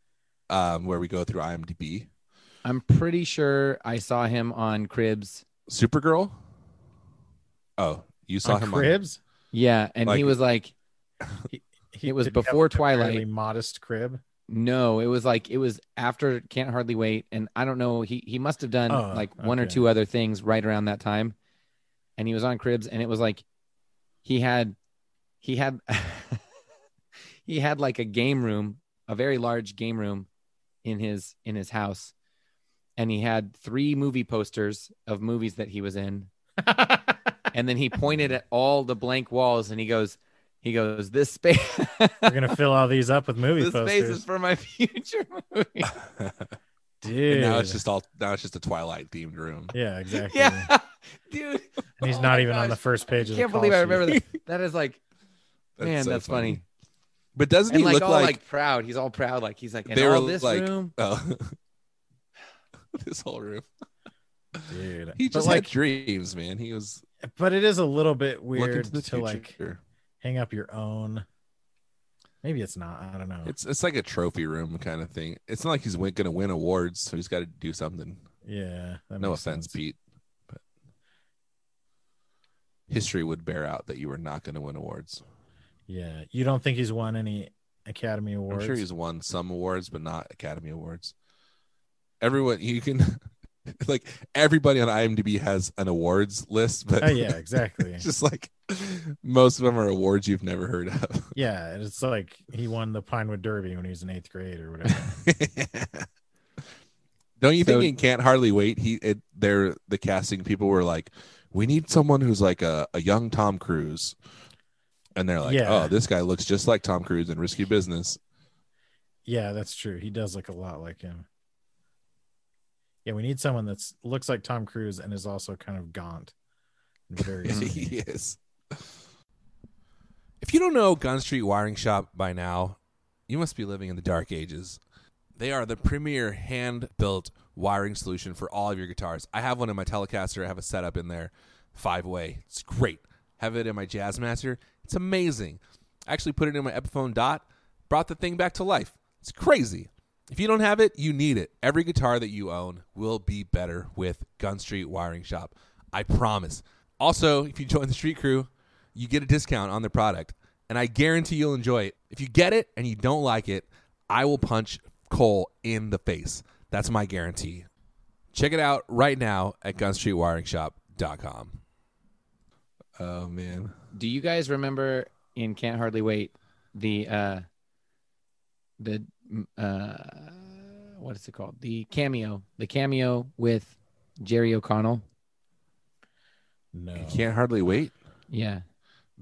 um, where we go through IMDb. I'm pretty sure I saw him on Cribs. Supergirl. Oh, you saw on him on Cribs. Yeah, and he Like- was like, He It was did that before with a fairly Twilight. Modest crib. no, it was like it was after Can't Hardly Wait, and I don't know. He he must have done Oh, like one or okay. two other things right around that time, and he was on Cribs, and it was like he had he had he had like a game room, a very large game room in his in his house, and he had three movie posters of movies that he was in, and then he pointed at all the blank walls and he goes, he goes, this space, We're gonna fill all these up with movie this space posters, is for my future movie. dude. And now it's just all now it's just a Twilight themed room. yeah, exactly. yeah, dude, And he's Oh not my even on the gosh. first page. I of can't the call believe I sheet. remember that. That is like, man, so that's funny. But doesn't And he like look all like, like, proud. He's all proud. Like he's like in They were all this like- room. oh this whole room? dude. He But, just like, had dreams, man. He was but it is a little bit looking weird to the to, future. like hang up your own. Maybe it's not. I don't know. It's it's like a trophy room kind of thing. It's not like he's win, gonna win awards, so he's got to do something. yeah. that no makes offense, sense. Pete, but history would bear out that you were not going to win awards. Yeah, you don't think he's won any Academy Awards? I'm sure he's won some awards, but not Academy Awards. Everyone, you can like everybody on IMDb has an awards list, but oh yeah, exactly. it's just like most of them are awards you've never heard of. yeah, and it's like he won the Pinewood Derby when he was in eighth grade or whatever. Don't you So- think in Can't Hardly Wait, he it, they're the casting people were like, we need someone who's like a, a young Tom Cruise, and they're like, Yeah. oh, this guy looks just like Tom Cruise in Risky Business. yeah, that's true. He does look a lot like him. Yeah, we need someone that's looks like Tom Cruise and is also kind of gaunt. and Very skinny. Mm-hmm. yes. If you don't know Gun Street Wiring Shop by now, you must be living in the dark ages. They are the premier hand built wiring solution for all of your guitars. I have one in my Telecaster, I have a setup in there, five way. It's great. Have it in my Jazzmaster, it's amazing. I actually put it in my Epiphone Dot, brought the thing back to life. It's crazy. If you don't have it, you need it. Every guitar that you own will be better with Gun Street Wiring Shop. I promise. Also, if you join the street crew, you get a discount on their product, and I guarantee you'll enjoy it. If you get it and you don't like it, I will punch Cole in the face. That's my guarantee. Check it out right now at gunstreetwiringshop.com. Oh man. Do you guys remember in Can't Hardly Wait the uh the mm, uh what is it called? The cameo, the cameo with Jerry O'Connell. No, You Can't Hardly Wait? Yeah.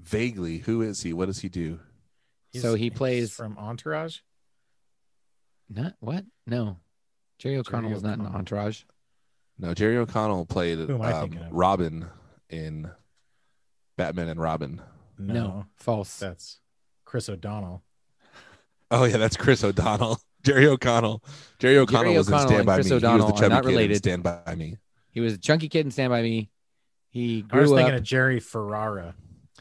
Vaguely, who is he? What does he do? He's- So he he's plays- from Entourage. Not what? No. Jerry O'Connell is not an O'Connell. entourage. No, Jerry O'Connell played Who am I um, thinking of? Robin in Batman and Robin. No, No. False. that's Chris O'Donnell. Oh yeah, that's Chris O'Donnell. Jerry O'Connell. Jerry O'Connell was in O'Connell Stand and By Chris Me. he O'Donnell was the are chubby not kid in related. Stand By Me. He was a chunky kid in Stand By Me. He I was grew thinking up. of Jerry Ferrara.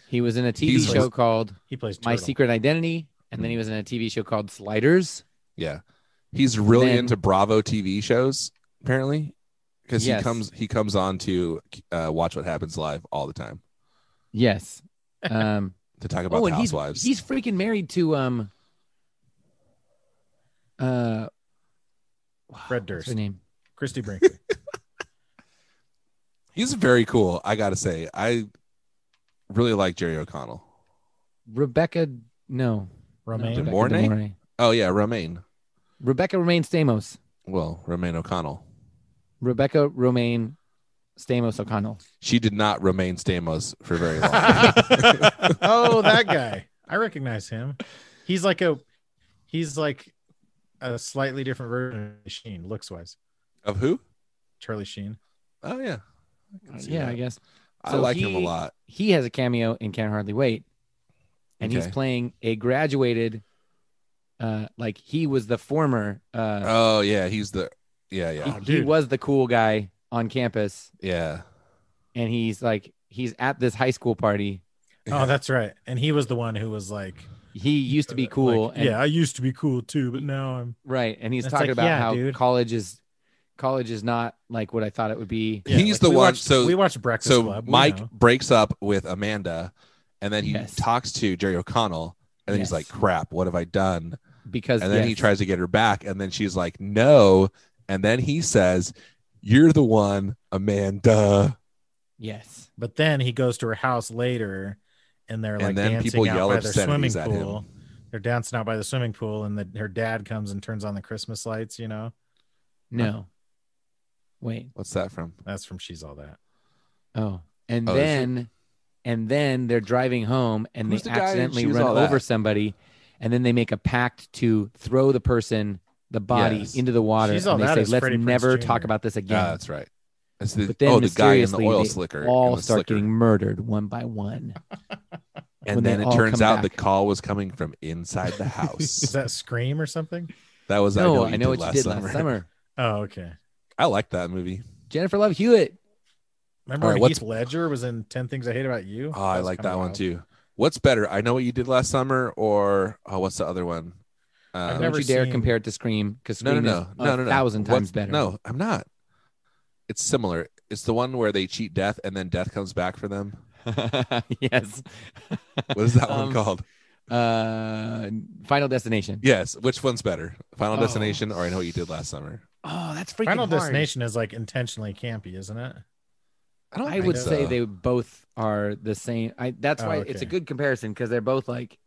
He was in a TV He's show like- called He plays My Turtle. Mm-hmm. Secret Identity, and then he was in a TV show called Sliders. Yeah, he's really Then- into Bravo TV shows apparently, because Yes. he comes he comes on to uh, watch what happens live all the time Yes. Um, to talk about oh, the and he's housewives. he's freaking married to um. Uh, Fred what's Durst. her name? Christy Brinkley. He's very cool. I gotta say, I really like Jerry O'Connell. Rebecca. No, Romaine. Not Rebecca De Mornay? De Mornay. Oh yeah, Romaine. Rebecca Romaine Stamos. Well, Romaine O'Connell. Rebecca Romaine Stamos O'Connell. She did not remain Stamos for very long. oh, that guy. I recognize him. He's like a he's like a slightly different version of Sheen, looks wise. of who? Charlie Sheen. Oh yeah, see Uh, yeah, that. I guess I So like him a he- lot. he has a cameo in Can't Hardly Wait, and he's Okay. playing a graduated. Uh, like he was the former. Uh, Oh yeah, he's the yeah yeah Oh, he, he dude. was the cool guy on campus yeah. and he's like he's at this high school party Oh, that's right. And he was the one who was like he used to be uh, cool like, and, yeah, I used to be cool too, but now I'm right and he's It's talking like, about yeah, how dude. college is college is not like what i thought it would be Yeah, He's like, the we one- watched- so- we watched Breakfast so Club. we Mike know. breaks up with Amanda, and then he Yes. talks to Jerry O'Connell, and then Yes. he's like, "Crap, what have I done?" because And then he yes, tries to get her back, and then she's like, "No," and then he says, "You're the one, Amanda." yes But then he goes to her house later and they're And like then dancing people out yell by their swimming obscenities at him. pool. they're dancing out by the swimming pool, and the, her dad comes and turns on the Christmas lights. You know, No. Wait. What's that from? that's from she's all that. Oh. And Oh, is it- then and then they're driving home and Who's they the guy in accidentally Choose run All That? over somebody and then they make a pact to throw the person the body Yes. into the water She's All and they That say is let's Freddie Prinze never Jr.. talk about this again. Ah, that's right. That's the, but then oh, the guy in the mysteriously, oil they slicker. in all the start slicker. getting murdered one by one. when and they then it all turns come out the back. call was coming from inside the Is house. that Scream or something? that was no, I know, I know did what you did last summer. Oh, okay. I like that movie. Jennifer Love Hewitt. Remember All right, when what's- Heath Ledger was in Ten Things I Hate About You? Oh, I was like kinda that one wild. too. What's better? I know what you did last summer, or oh, what's the other one? Uh, I've Don't never you dare seen- compare it to Scream because no, no, Scream no, is no, a no, no. thousand What- times better. No, I'm not. It's similar. It's the one where they cheat death and then death comes back for them. yes. What is that Um, one called? Uh, Final Destination. Yes. Which one's better? Final Oh. Destination or I know what you did last summer? Oh, that's freaking Final hard. Destination is like intentionally campy, isn't it? I don't. I think would so. say they both are the same. I that's Oh, why it's a okay. good comparison because they're both like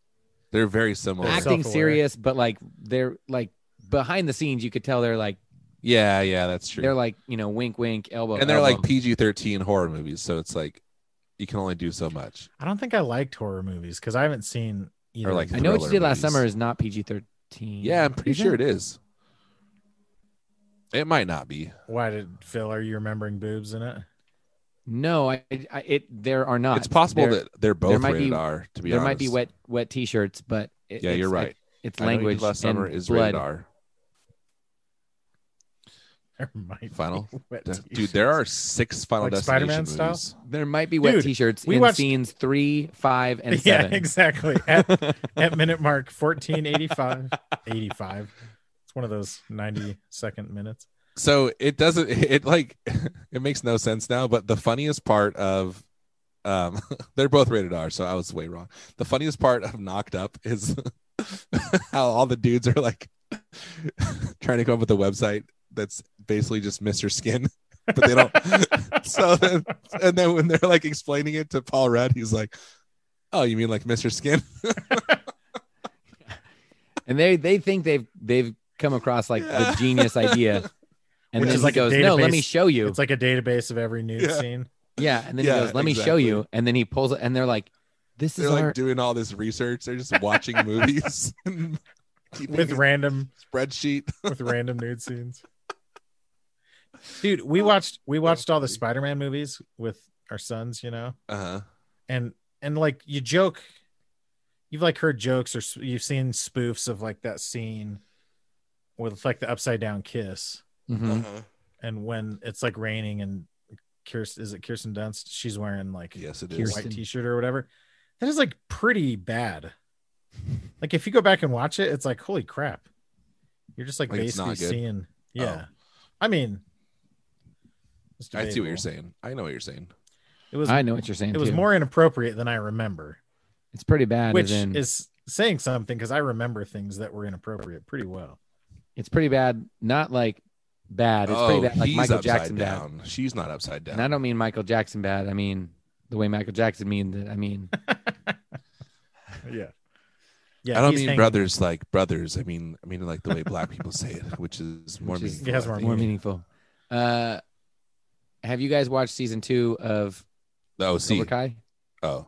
they're very similar. They're acting self-aware. serious, but like they're like behind the scenes you could tell they're like yeah, yeah, that's true. they're like you know wink wink elbow and they're elbow. like PG thirteen horror movies, so it's like you can only do so much. I don't think I liked horror movies because I haven't seen either. like I know what you thriller did last movies. summer is not PG thirteen. Yeah, I'm pretty sure it is. It might not be. Why did Phil? Are you remembering boobs in it? No, I, I it there are not. It's possible There- that they're both might be- rated R. To be there honest, might be wet wet t-shirts, but it, Yeah, it's- you're right. it's I Know What You Did language last summer and is blood. rated R. There might be Final wet Dude, t-shirts. there are six Final Like Destination Spider-Man style? movies. There might be wet Dude, t-shirts we in watched- scenes three, five, and yeah, seven. exactly. At, at minute mark 1485 85. It's one of those 90 second minutes. so it doesn't it like it makes no sense now but the funniest part of um they're both rated r so i was way wrong the funniest part of knocked up is how all the dudes are like trying to come up with a website that's basically just mr skin but they don't so then and then when they're like explaining it to paul rudd he's like oh you mean like mr skin and they they think they've they've come across like Yeah. the genius idea and Which then is he like a goes no let me database. show you It's like a database of every nude Yeah. scene. yeah and then Yeah, he goes let me show exactly. you and then he pulls it and they're like this is they're like our doing all this research they're just watching movies and keeping With random spreadsheet with random nude scenes. Dude, we watched we watched all the Oh, funny. Spider-Man movies with our sons, you know. uh-huh and and like you joke you've like heard jokes or s- you've seen spoofs of like that scene with like the upside down kiss Mhm. Uh-huh. and when it's like raining and kirsten is it kirsten dunst she's wearing like a Yes, it is. Here's- white t-shirt or whatever that is like pretty bad like if you go back and watch it it's like holy crap you're just like, Like, it's basically not good? Oh. seeing yeah i mean it's I see what you're debatable. saying. I know what you're saying. it was i know what you're saying it was too. more inappropriate than i remember it's pretty bad as which in, is saying something because I remember things that were inappropriate pretty well. it's pretty bad not like bad it's oh, pretty bad like he's michael upside jackson bad down. She's not upside down. and i don't mean michael jackson bad i mean the way michael jackson means it i mean Yeah, I yeah. don't he's mean hanging- brothers like brothers. I mean, I mean like the way black people say it, which is more Which is- meaningful. Yes, I more think. more meaningful uh have you guys watched season two of Oh, see. Cobra Kai? Oh,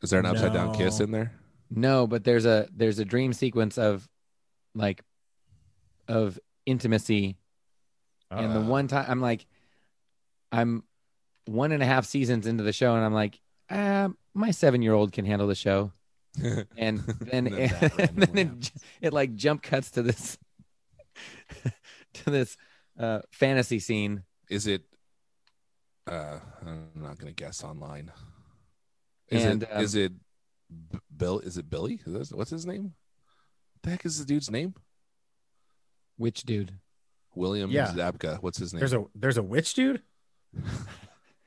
is there an upside down kiss No. in there? No, but there's a there's a dream sequence of like of intimacy. and the Uh. one time I'm like I'm one and a half seasons into the show and I'm like, ah, my seven year old can handle the show. And then And then it, that and then randomly it, ju- it like jump cuts to this to this uh fantasy scene. Is it? Uh, I'm not gonna guess online. Is And it? um, is it B- Bill? Is it Billy? Is this- what's his name? The heck is the dude's name? which dude? William Yeah. Zabka. What's his name? there's a there's a witch dude.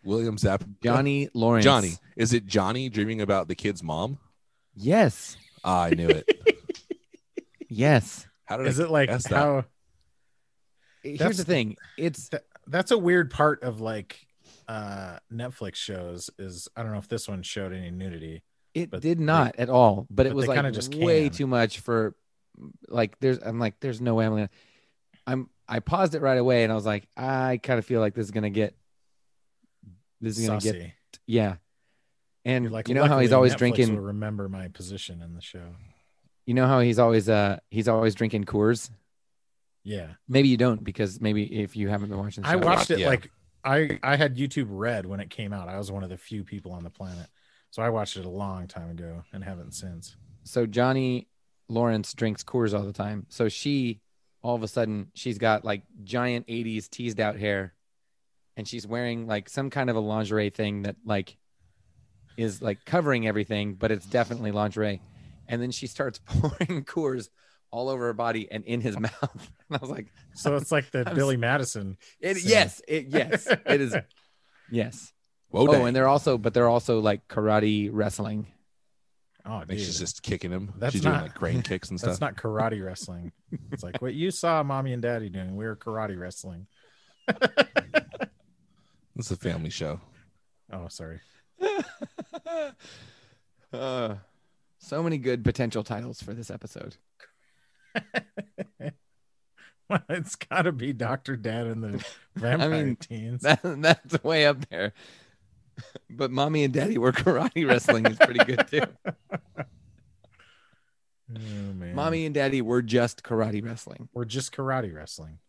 William Zabka. Johnny Lawrence. Johnny. Is it Johnny dreaming about the kid's mom? Yes. Ah, I knew it. Yes. How did Is I it like guess that? how Here's That's- the thing. It's that's a weird part of like uh Netflix shows is I don't know if this one showed any nudity. It But did they- not at all. But it but was they kinda like just way can. too much for like there's I'm like, there's no way I'm gonna I'm I paused it right away and I was like, I kind of feel like this is gonna get this is gonna get Saucy. yeah. And You're like, you know how "Luckily, he's always Netflix drinking Will remember my position in the show. you know how he's always uh he's always drinking Coors? Yeah, Maybe you don't because maybe if you haven't been watching the I show. watched it Yeah. like I I had YouTube Red when it came out. I was one of the few people on the planet, so I watched it a long time ago and haven't since. so Johnny Lawrence drinks Coors all the time. So she, all of a sudden, she's got like giant '80s teased out hair, and she's wearing like some kind of a lingerie thing that like is like covering everything, but it's definitely lingerie. And then she starts pouring Coors all over her body and in his mouth. And I was like, So it's like the I'm Billy Madison. it, Same. "Yes, it, yes, it is, yes." Whoa, oh, and they're also, but they're also like karate wrestling. Oh, I dude, think she's just kicking him. That's she's not- doing like crane kicks and that's stuff. not karate wrestling. It's like what you saw mommy and daddy doing. We were karate wrestling. It's a family show. Oh, sorry. uh, so many good potential titles for this episode. it's got to be Doctor Dad and the Vampire mean, Teens. That, that's way up there. But mommy and daddy were karate wrestling is pretty good too. oh, man. Mommy and daddy were just karate wrestling. We're just karate wrestling.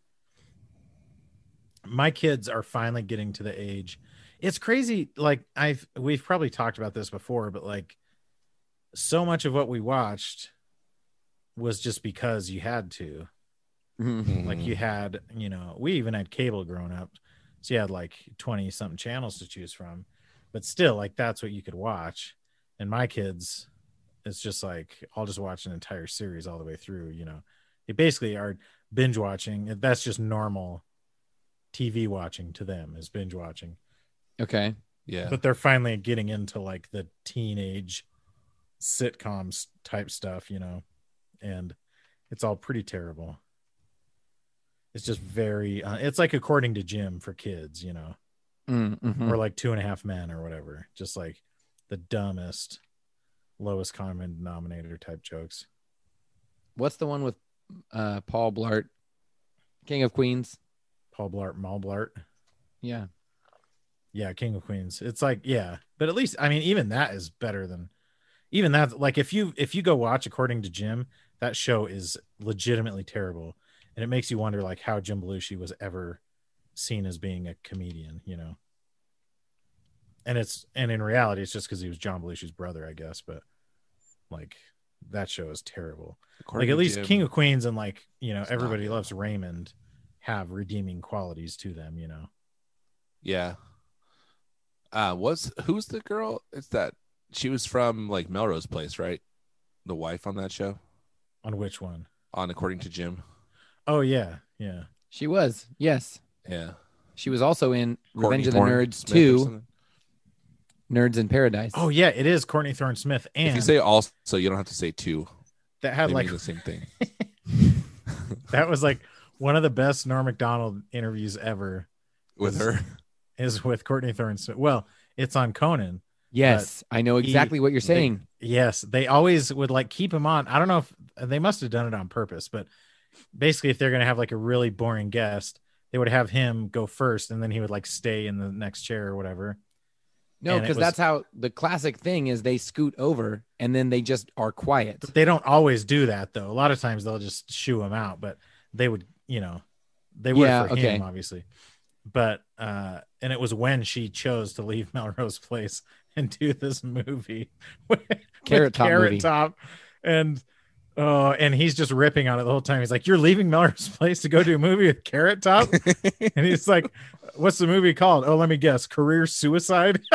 My kids are finally getting to the age. It's crazy. Like I've we've probably talked about this before, but like so much of what we watched was just because you had to. Mm-hmm. Like you had, you know, we even had cable growing up. So you had like 20 something channels to choose from. But still, like that's what you could watch. And my kids, it's just like I'll just watch an entire series all the way through, you know. They basically are binge watching. That's just normal TV watching to them is binge watching. Okay. Yeah. But they're finally getting into like the teenage sitcoms type stuff, you know, and it's all pretty terrible. It's just very, uh, it's like according to Jim for kids, you know, Mm, mhm. or like two and a half men or whatever. Just like the dumbest, lowest common denominator type jokes. What's the one with uh, Paul Blart, King of Queens? Paul Blart, Mal Blart. Yeah. Yeah, King of Queens. It's like, yeah, but at least I mean, even that is better than even that. Like, if you if you go watch according to Jim, that show is legitimately terrible, and it makes you wonder like how Jim Belushi was ever seen as being a comedian, you know. And it's and in reality, it's just because he was John Belushi's brother, I guess. But like that show is terrible. like According at to least Jim- King of Queens and like you know It's not everybody good. loves Raymond have redeeming qualities to them, you know. Yeah. Uh was who's the girl? It's that she was from like Melrose Place, right? The wife on that show On which one? on according to Jim. Oh yeah, yeah. She was. Yes. Yeah. She was also in Revenge Courtney of the Thorne Nerds Smith or 2, something. Nerds in Paradise. Oh yeah, it is Courtney Thorne Smith, If and you say also, you don't have to say two. that They had like mean the same thing. that was like one of the best Norm Macdonald interviews ever. With her. Is with Courtney Thorne Smith. Well, it's on Conan. yes. I know he- exactly what you're saying. Yes, they always would like keep him on. I don't know if they must have done it on purpose, but basically, if they're gonna have like a really boring guest, they would have him go first, and then he would like stay in the next chair or whatever. No, and it because was- that's how the classic thing is they scoot over and then they just are quiet. But they don't always do that though. A lot of times they'll just shoo him out, but they would, you know, they would Yeah, for okay. him obviously. But uh and it was when she chose to leave Melrose Place and do this movie with with Carrot Top Carrot movie. Top and oh and he's just ripping on it the whole time. He's like, "You're leaving Melrose Place to go do a movie with Carrot Top?" and he's like, "What's the movie called?" "Oh, let me guess. Career Suicide."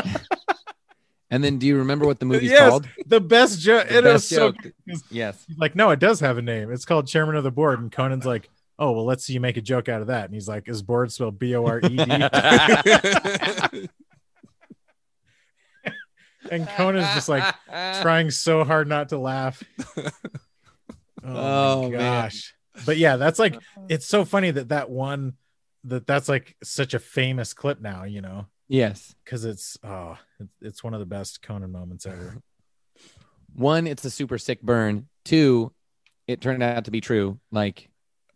And then do you remember what the movie's Yes, called? the best joke. The It was best so joke. Yes. He's like, no, it does have a name. It's called Chairman of the Board. And Conan's like, oh, well, let's see you make a joke out of that. And he's like, is board spelled B O R E D? And Conan's just like trying so hard not to laugh. Oh, man. But yeah, that's like, it's so funny that that one, that that's like such a famous clip now, you know, Yes. because it's, oh, it- it's one of the best Conan moments ever. one, it's a super sick burn. Two, it turned out to be true. Like,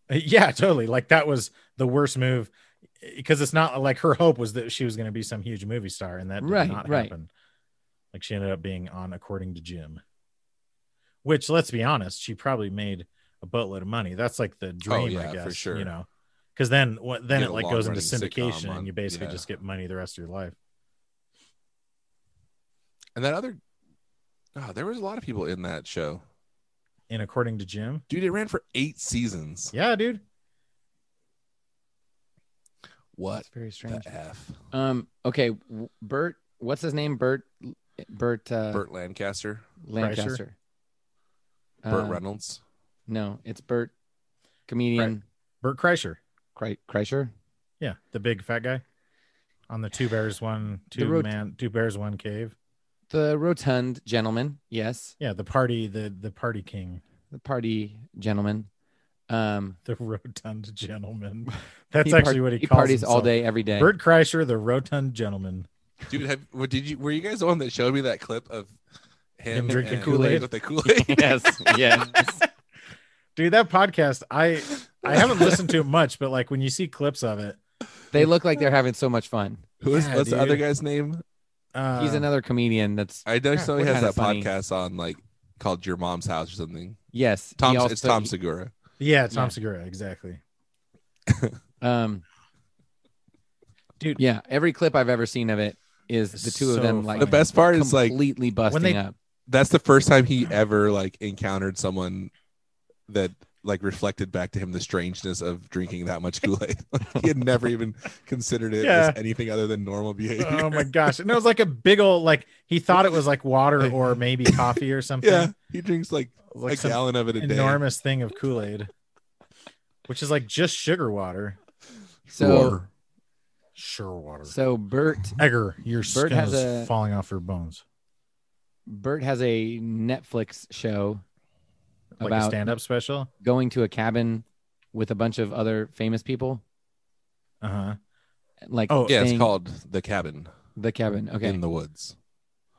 Yeah, totally. Like that was the worst move because it's not like her hope was that she was going to be some huge movie star, and that did Right, not right. happen. Like she ended up being on According to Jim, which let's be honest, she probably made a boatload of money. That's like the dream, Oh, yeah, I for guess. sure. You know, because then what? Then Get it a like goes into long-running sitcom syndication, on- and you basically yeah. just get money the rest of your life. And that other, oh, there was a lot of people in that show. And According to Jim, Dude, it ran for eight seasons. yeah, dude. What very the f? Um. Okay. w- Bert. What's his name? Bert. Bert. Uh, Burt Lancaster, Lancaster. Burt Uh, Reynolds. No, it's Bert. Comedian. Bert Kreischer, Cri- Kreischer. yeah, the big fat guy on the two bears one The two rot- man two bears one cave. The rotund gentleman. Yes. Yeah, the party the the party king. The party gentleman. Um. the rotund gentleman. That's he par- actually what he, he calls parties all himself. day, every day. Bert Kreischer, the rotund gentleman. Dude, have, what did you? Were you guys the one that showed me that clip of him, Him drinking and- Kool-Aid? with the Kool Aid? yes. Yes. Dude, that podcast, I I haven't listened to it much, but like when you see clips of it, they look like they're having so much fun. Who is Yeah, what's the other dude. guy's name? uh, He's another comedian. That's I know Yeah, somebody we're has that kinda funny. podcast on like called Your Mom's House or something. yes. he Tom, it's also- Tom Segura. yeah, Tom Yeah. Segura, exactly. Um, Dude. yeah, every clip I've ever seen of it is the two So of them like The best part is like completely busting they- up. that's the first time he ever like encountered someone that like reflected back to him the strangeness of drinking that much Kool-Aid. Like, he had never even considered it Yeah. as anything other than normal behavior. Oh my gosh. And it was like a big old like he thought it was like water or maybe coffee or something. yeah, he drinks like, Like a some gallon of it a day. enormous thing of Kool-Aid. Which is like just sugar water. So Or- Sure water. so Bert Egger, your Bert skin has is a- falling off your bones. Bert has a Netflix show Like a about stand-up special. going to a cabin with a bunch of other famous people. Uh-huh. Like Oh, yeah, it's staying- called The Cabin the cabin. Okay, in the Woods.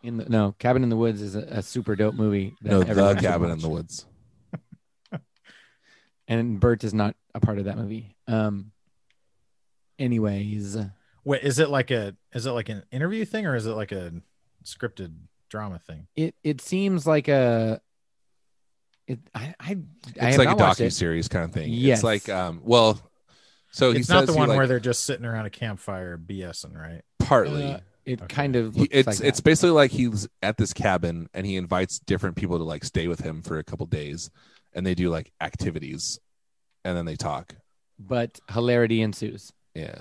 In the- no, Cabin in the Woods is a, a super dope movie. That No, everyone The should Cabin in watch. the Woods. and Bert is not a part of that movie. Um. Anyways, Wait, is it like a is it like an interview thing or is it like a scripted drama thing? it it seems like a. It I I, I It's have like a not watched docu it. series kind of thing. Yes. It's like um well so he it's not says the he, one like, where they're just sitting around a campfire BSing, right? partly Uh, It Okay. kind of He- looks it's like it's that. basically like he's at this cabin and he invites different people to like stay with him for a couple days and they do like activities and then they talk but hilarity ensues. yeah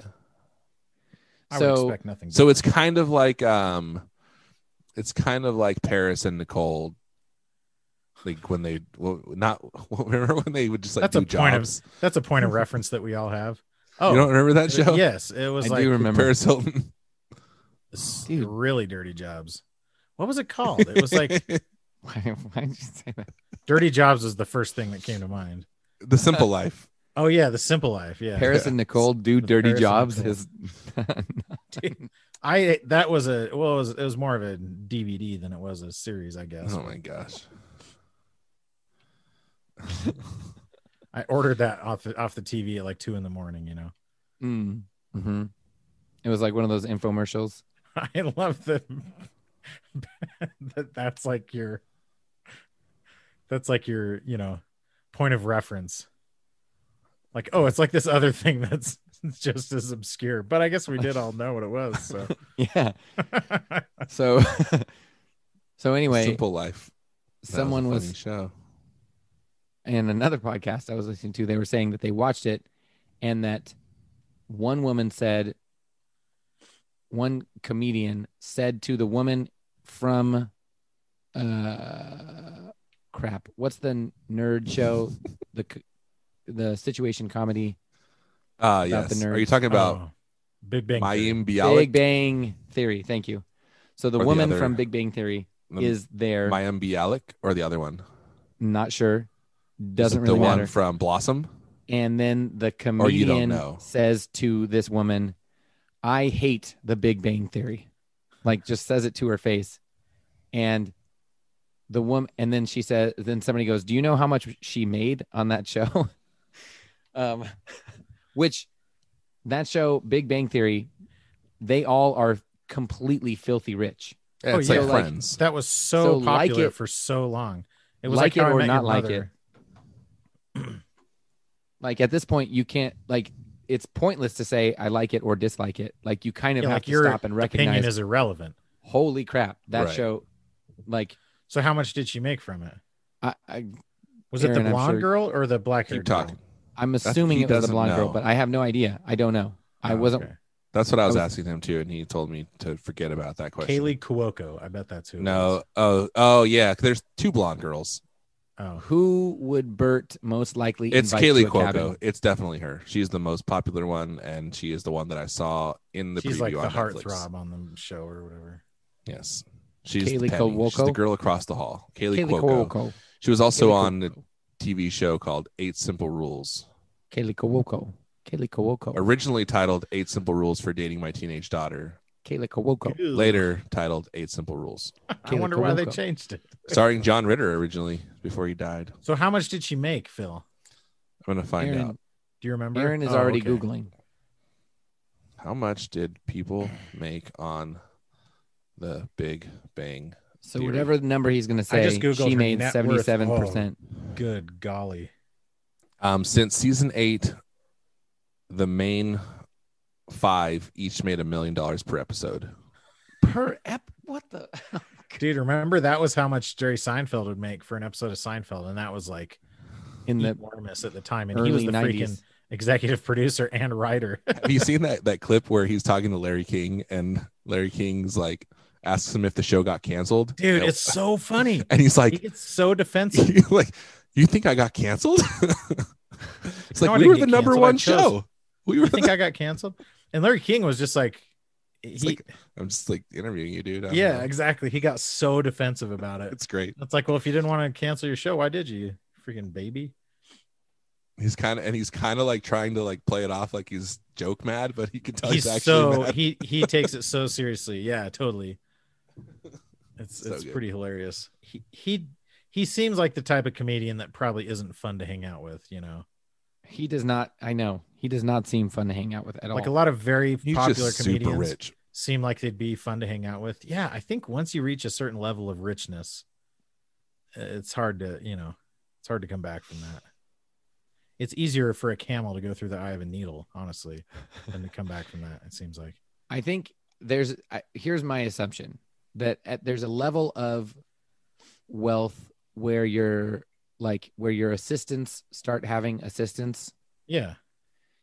I would so expect nothing. so it's kind of like um it's kind of like paris and nicole like when they well not remember when they would just like That's do a point of- jobs different. that's a point of reference that we all have. Oh, you don't remember that th- show yes, it was I like do remember. paris hilton s- Dude. really dirty jobs. What was it called? It was like Why, why did you say that? dirty jobs was the first thing that came to mind. the simple life Oh yeah, the simple life. Yeah, Paris and Nicole do Paris dirty and jobs. Nicole. Is I that was a well, it was it was more of a DVD than it was a series, I guess. oh my gosh I ordered that off the, off the TV at like two in the morning. You know. Mm. Mhm. It was like one of those infomercials. I love the that that's like your that's like your, you know, point of reference. Like, oh, it's like this other thing that's just as obscure. But I guess we did all know what it was. So Yeah. So, so anyway, simple life That someone a was, funny show in another podcast I was listening to. They were saying that they watched it, and that one woman said, one comedian said to the woman from, uh, crap, what's the nerd show, the c- the situation comedy, uh About the yes are you nerds. talking about Oh, Big Bang Theory. Mayim Bialik Big Bang Theory. Thank you. So the Or the woman other- from Big Bang Theory The- is there. Mayim Bialik or the other one? not sure. Is Doesn't it really the matter. one from Blossom. and then the Or you don't comedian know. says to this woman, "I hate the Big Bang Theory," like just says it to her face, and the woman, and then she says, then somebody goes, "Do you know how much she made on that show?" um, which that show, Big Bang Theory, they all are completely filthy rich. Yeah, Oh, it's yeah, like like- friends. That was So, so, like popular it- for so long. It was like like, it How I or Met Your not like Mother. Like at this point, you can't like it's pointless to say I like it or dislike it. Like you kind of Yeah, have like to your stop and recognize. opinion is irrelevant. Holy crap! That Right. show, like So how much did she make from it? I, I Was it Aaron, the I'm blonde sure- girl or the black hair? Keep talking. I'm assuming he it was a doesn't blonde girl, know. Oh, but I have no idea. I don't know. I wasn't. That's what I was, I asking him too, and he told me to forget about that question. Kaylee Cuoco. I bet that's who. it No. was. Oh. Oh yeah. There's two blonde girls. Oh, Who would Bert most likely? It's invite Kaylee to a cabin? Cuoco. It's definitely her. She's the most popular one, and she is the one that I saw in the she's preview like the on Netflix. heartthrob on the show or whatever. Yes. She's the Kaylee Penny. She's the Cuoco? girl across the hall. Kaylee, Kaylee Cuoco. Cuoco. She was also Kaylee on a Cuoco. TV show called Eight Simple Rules, Kaylee Cuoco. Kaylee Cuoco. originally titled Eight Simple Rules for Dating My Teenage Daughter, Kaylee Cuoco. Ew. later titled Eight Simple Rules, I Kaylee wonder why they Cuoco. changed it. starring John Ritter originally before he died. So how much did she make, Phil? I'm going to find Aaron, out. Do you remember? Aaron is Oh, already okay. googling. How much did people make on the Big Bang? So Theory. whatever number he's going to I say, just Googled she her made net worth. seventy-seven percent. Good golly. Um, since season eight, the main five each made a million dollars per episode. Per ep, what the? oh, Dude, remember that was how much Jerry Seinfeld would make for an episode of Seinfeld, and that was like In the enormous at the time, and he was early the freaking nineties, executive producer and writer. Have you seen that that clip where he's talking to Larry King and Larry King's like asks him if the show got canceled? Dude, Nope. it's so funny. and he's he like, gets so defensive. you, like, you think I got canceled? it's No, I like we didn't were get the number canceled. I one chose- show. We were. I think I got canceled. And Larry King was just like, he, like, I'm just like interviewing you, dude. I don't yeah, know. exactly. He got so defensive about it. it's great. It's like, well, if you didn't want to cancel your show, why did you, freaking baby? He's kind of and he's kind of like trying to like play it off like he's joke mad, but he can tell he's, He's Oh, actually so mad. he he takes it so seriously. Yeah, totally. It's So it's good. pretty hilarious. He he he seems like the type of comedian that probably isn't fun to hang out with. You know, he does not. I know he does not seem fun to hang out with at like a all. lot of very He's popular just super comedians rich. seem like they'd be fun to hang out with. Yeah, I think once you reach a certain level of richness, uh, it's hard to, you know, it's hard to come back from that. It's easier for a camel to go through the eye of a needle, honestly, than to come back from that. It seems like. I think there's. I, here's my assumption that at, there's a level of wealth where your like where your assistants start having assistants. Yeah.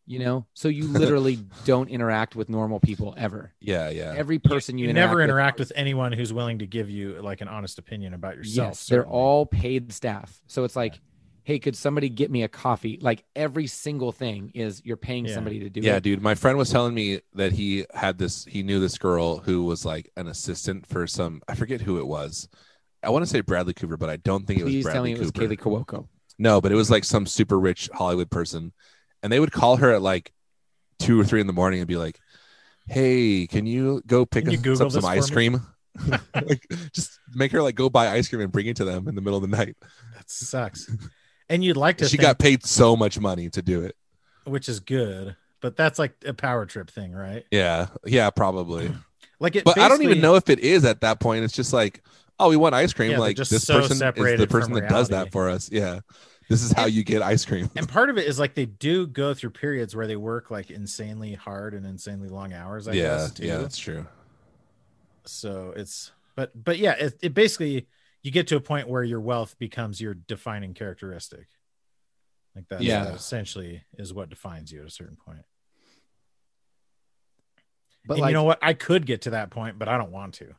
You know, so you literally don't interact with normal people ever. Yeah, yeah. Every person you, You, never with interact with anyone who's willing to give you like an honest opinion about yourself. Yes, they're certainly. all paid staff. So it's like, hey, could somebody get me a coffee? Like every single thing is you're paying Yeah. somebody to do yeah, it. dude. My friend was telling me that he had this. He knew this girl who was like an assistant for some. I forget who it was. I want to say Bradley Cooper, but I don't think it was Please tell Bradley me it was Cooper. Kaylee Cuoco. No, but it was like some super rich Hollywood person, and they would call her at like two or three in the morning and be like, "Hey, can you go pick Can you us Google up some this ice for me?" cream?" like, just make her like go buy ice cream and bring it to them in the middle of the night. that sucks. And you'd like to She think, got paid so much money to do it. which is good, but that's like a power trip thing, right? Yeah, yeah, probably. Like it but I don't even basically- know if it is at that point. It's just like, oh, we want ice cream. Yeah, they're like just this so person is the separated person from that does reality. that for us. Yeah, this is how And- you get ice cream. and part of it is like they do go through periods where they work like insanely hard and insanely long hours. I yeah, guess, too. yeah, that's true. So it's but but yeah, it, it basically you get to a point where your wealth becomes your defining characteristic. Like that, Yeah. that essentially is what defines you at a certain point. But and like, you know what? I could get to that point, but I don't want to.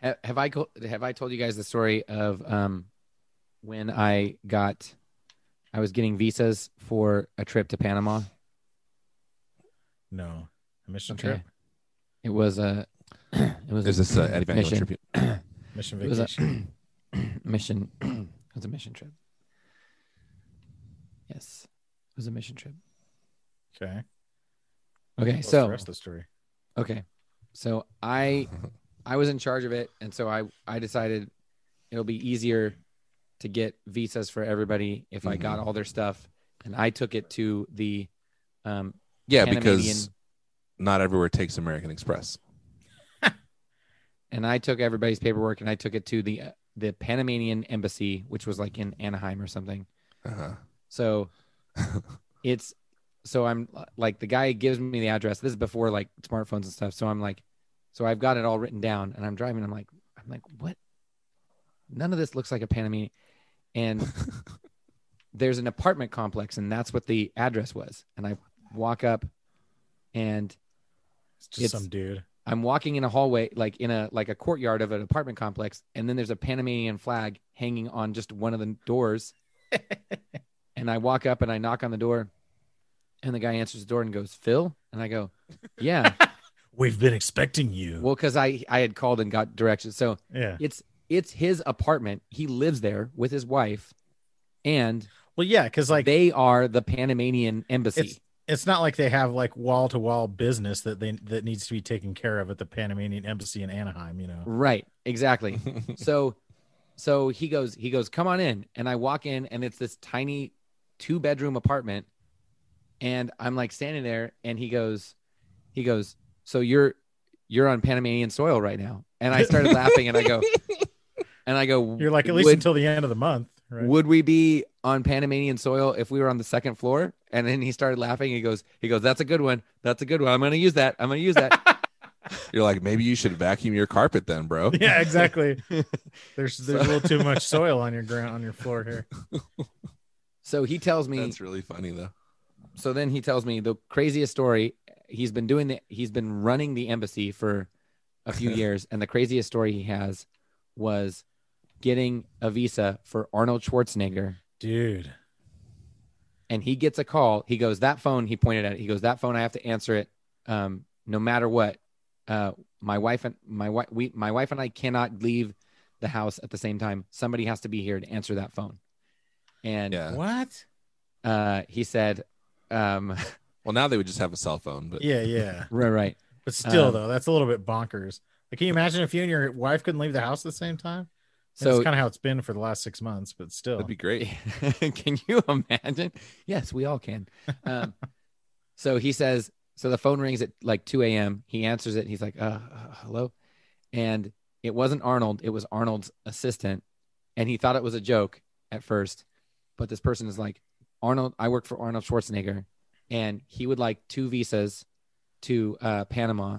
ha- have I co- have I told you guys the story of um, when I got, I was getting visas for a trip to Panama. No. A mission Okay. trip, It was a, it was Is a this uh, Eddie Van Halen mission. tribute? mission It was vacation. a mission. it was a mission trip. Yes, it was a mission trip. Okay. Okay, What's so the rest of the story. okay, so I I was in charge of it, and so I I decided it'll be easier to get visas for everybody if I Mm-hmm. got all their stuff, and I took it to the um, Yeah, because Panamanian- not everywhere takes American Express. and I took everybody's paperwork and I took it to the the Panamanian embassy, which was like in Anaheim or something. Uh-huh. So it's so I'm like the guy gives me the address. This is before like smartphones and stuff. So I'm like, so I've got it all written down, and I'm driving. I'm like, I'm like, what? None of this looks like a Panamanian. And there's an apartment complex, and that's what the address was. And I walk up, and It's just It's- some dude. I'm walking in a hallway, like in a like a courtyard of an apartment complex, and then there's a Panamanian flag hanging on just one of the doors. and I walk up and I knock on the door, and the guy answers the door and goes, "Phil," and I go, "Yeah." We've been expecting you. well, because I I had called and got directions, so yeah. it's it's his apartment. He lives there with his wife, and Well, yeah, because like they are the Panamanian embassy. it's it's not like they have like wall to wall business that they that needs to be taken care of at the Panamanian embassy in Anaheim. You know. Right, exactly. so so he goes he goes, "Come on in." And I walk in and it's this tiny two bedroom apartment and I'm like standing there and he goes he goes, "So you're you're on Panamanian soil right now." And I started laughing and I go and I go, You're like at least "Would- until the end of the month, right? would we be on Panamanian soil if we were on the second floor? And then he started laughing. He goes, he goes, that's a good one. That's a good one. I'm going to use that. I'm going to use that. You're like, maybe you should vacuum your carpet then, bro. yeah, exactly. There's there's a little too much soil on your ground on your floor here. so he tells me That's really funny though. so then he tells me the craziest story he's been doing the he's been running the embassy for a few years and the craziest story he has was getting a visa for arnold schwarzenegger Dude. and he gets a call he goes that phone he pointed at it he goes that phone i have to answer it um, no matter what uh, my wife and my wife we my wife and i cannot leave the house at the same time somebody has to be here to answer that phone and Yeah. What? uh, he said um, Well, now they would just have a cell phone, but Yeah, yeah. right right But still Um, though, that's a little bit bonkers. Like can you imagine if you and your wife couldn't leave the house at the same time? So so it's kind of how it's been for the last six months, but still. that'd be great. can you imagine? Yes, we all can. Um, so he says, so the phone rings at like 2 a.m. He answers it. He's like, uh, uh, hello. And it wasn't Arnold, it was Arnold's assistant. And he thought it was a joke at first. But this person is like, Arnold, I work for Arnold Schwarzenegger. And he would like two visas to uh, Panama.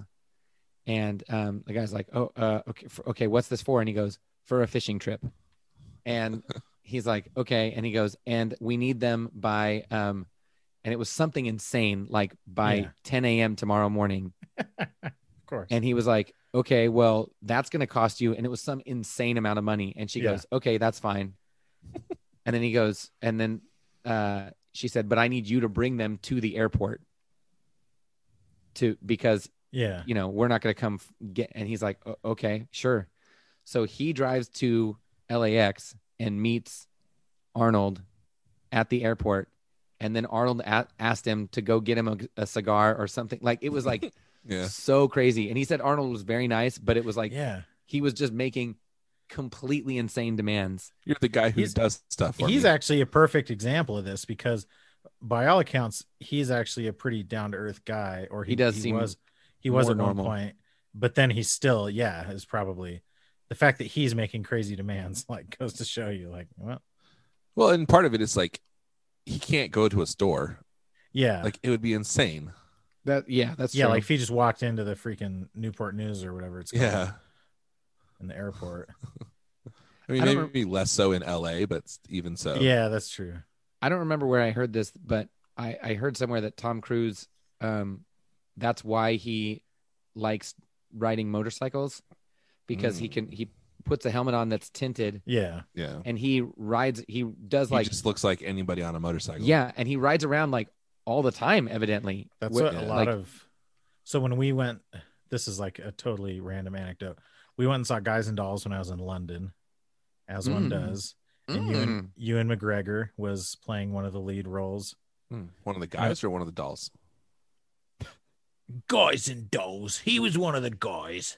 And um, the guy's like, oh, uh, okay, for, okay, what's this for? And he goes, for a fishing trip. And he's like, okay. And he goes, and we need them by, um, and it was something insane, like by Yeah. 10 a.m. tomorrow morning. of course. And he was like, okay, well, that's going to cost you. And it was some insane amount of money. And she Yeah. goes, okay, that's fine. and then he goes, and then uh, she said, but I need you to bring them to the airport to, because yeah. you know, we're not going to come f- get. And he's like, "O- okay, sure. So he drives to LAX and meets Arnold at the airport. And then Arnold a- asked him to go get him a, a cigar or something. Like it was like Yeah. so crazy. And he said Arnold was very nice, but it was like yeah. he was just making completely insane demands. You're the guy who He's- does stuff for he's me. actually a perfect example of this because by all accounts he's actually a pretty down to earth guy or he, He does he seem was he was more at normal. one point but then he's still yeah is probably the fact that he's making crazy demands like goes to show you like well well, and part of it is like he can't go to a store. yeah Like it would be insane. That yeah, that's yeah true. like if he just walked into the freaking newport news or whatever it's called Yeah. in the airport I mean, I don't maybe less so in LA, but even so. Oh. yeah that's true I don't remember where I heard this, but I, I heard somewhere that Tom Cruise, um, that's why he likes riding motorcycles because he can he puts a helmet on that's tinted yeah Yeah. and he rides he does He like just looks like anybody on a motorcycle. yeah and he rides around like all the time evidently That's Wh- what yeah. a like, lot of. So when we went, this is like a totally random anecdote. We went and saw Guys and Dolls when I was in London, as one Mm. does. And you and Ewan McGregor was playing one of the lead roles. Hmm. One of the guys or one of the dolls? Guys and Dolls. He was one of the guys.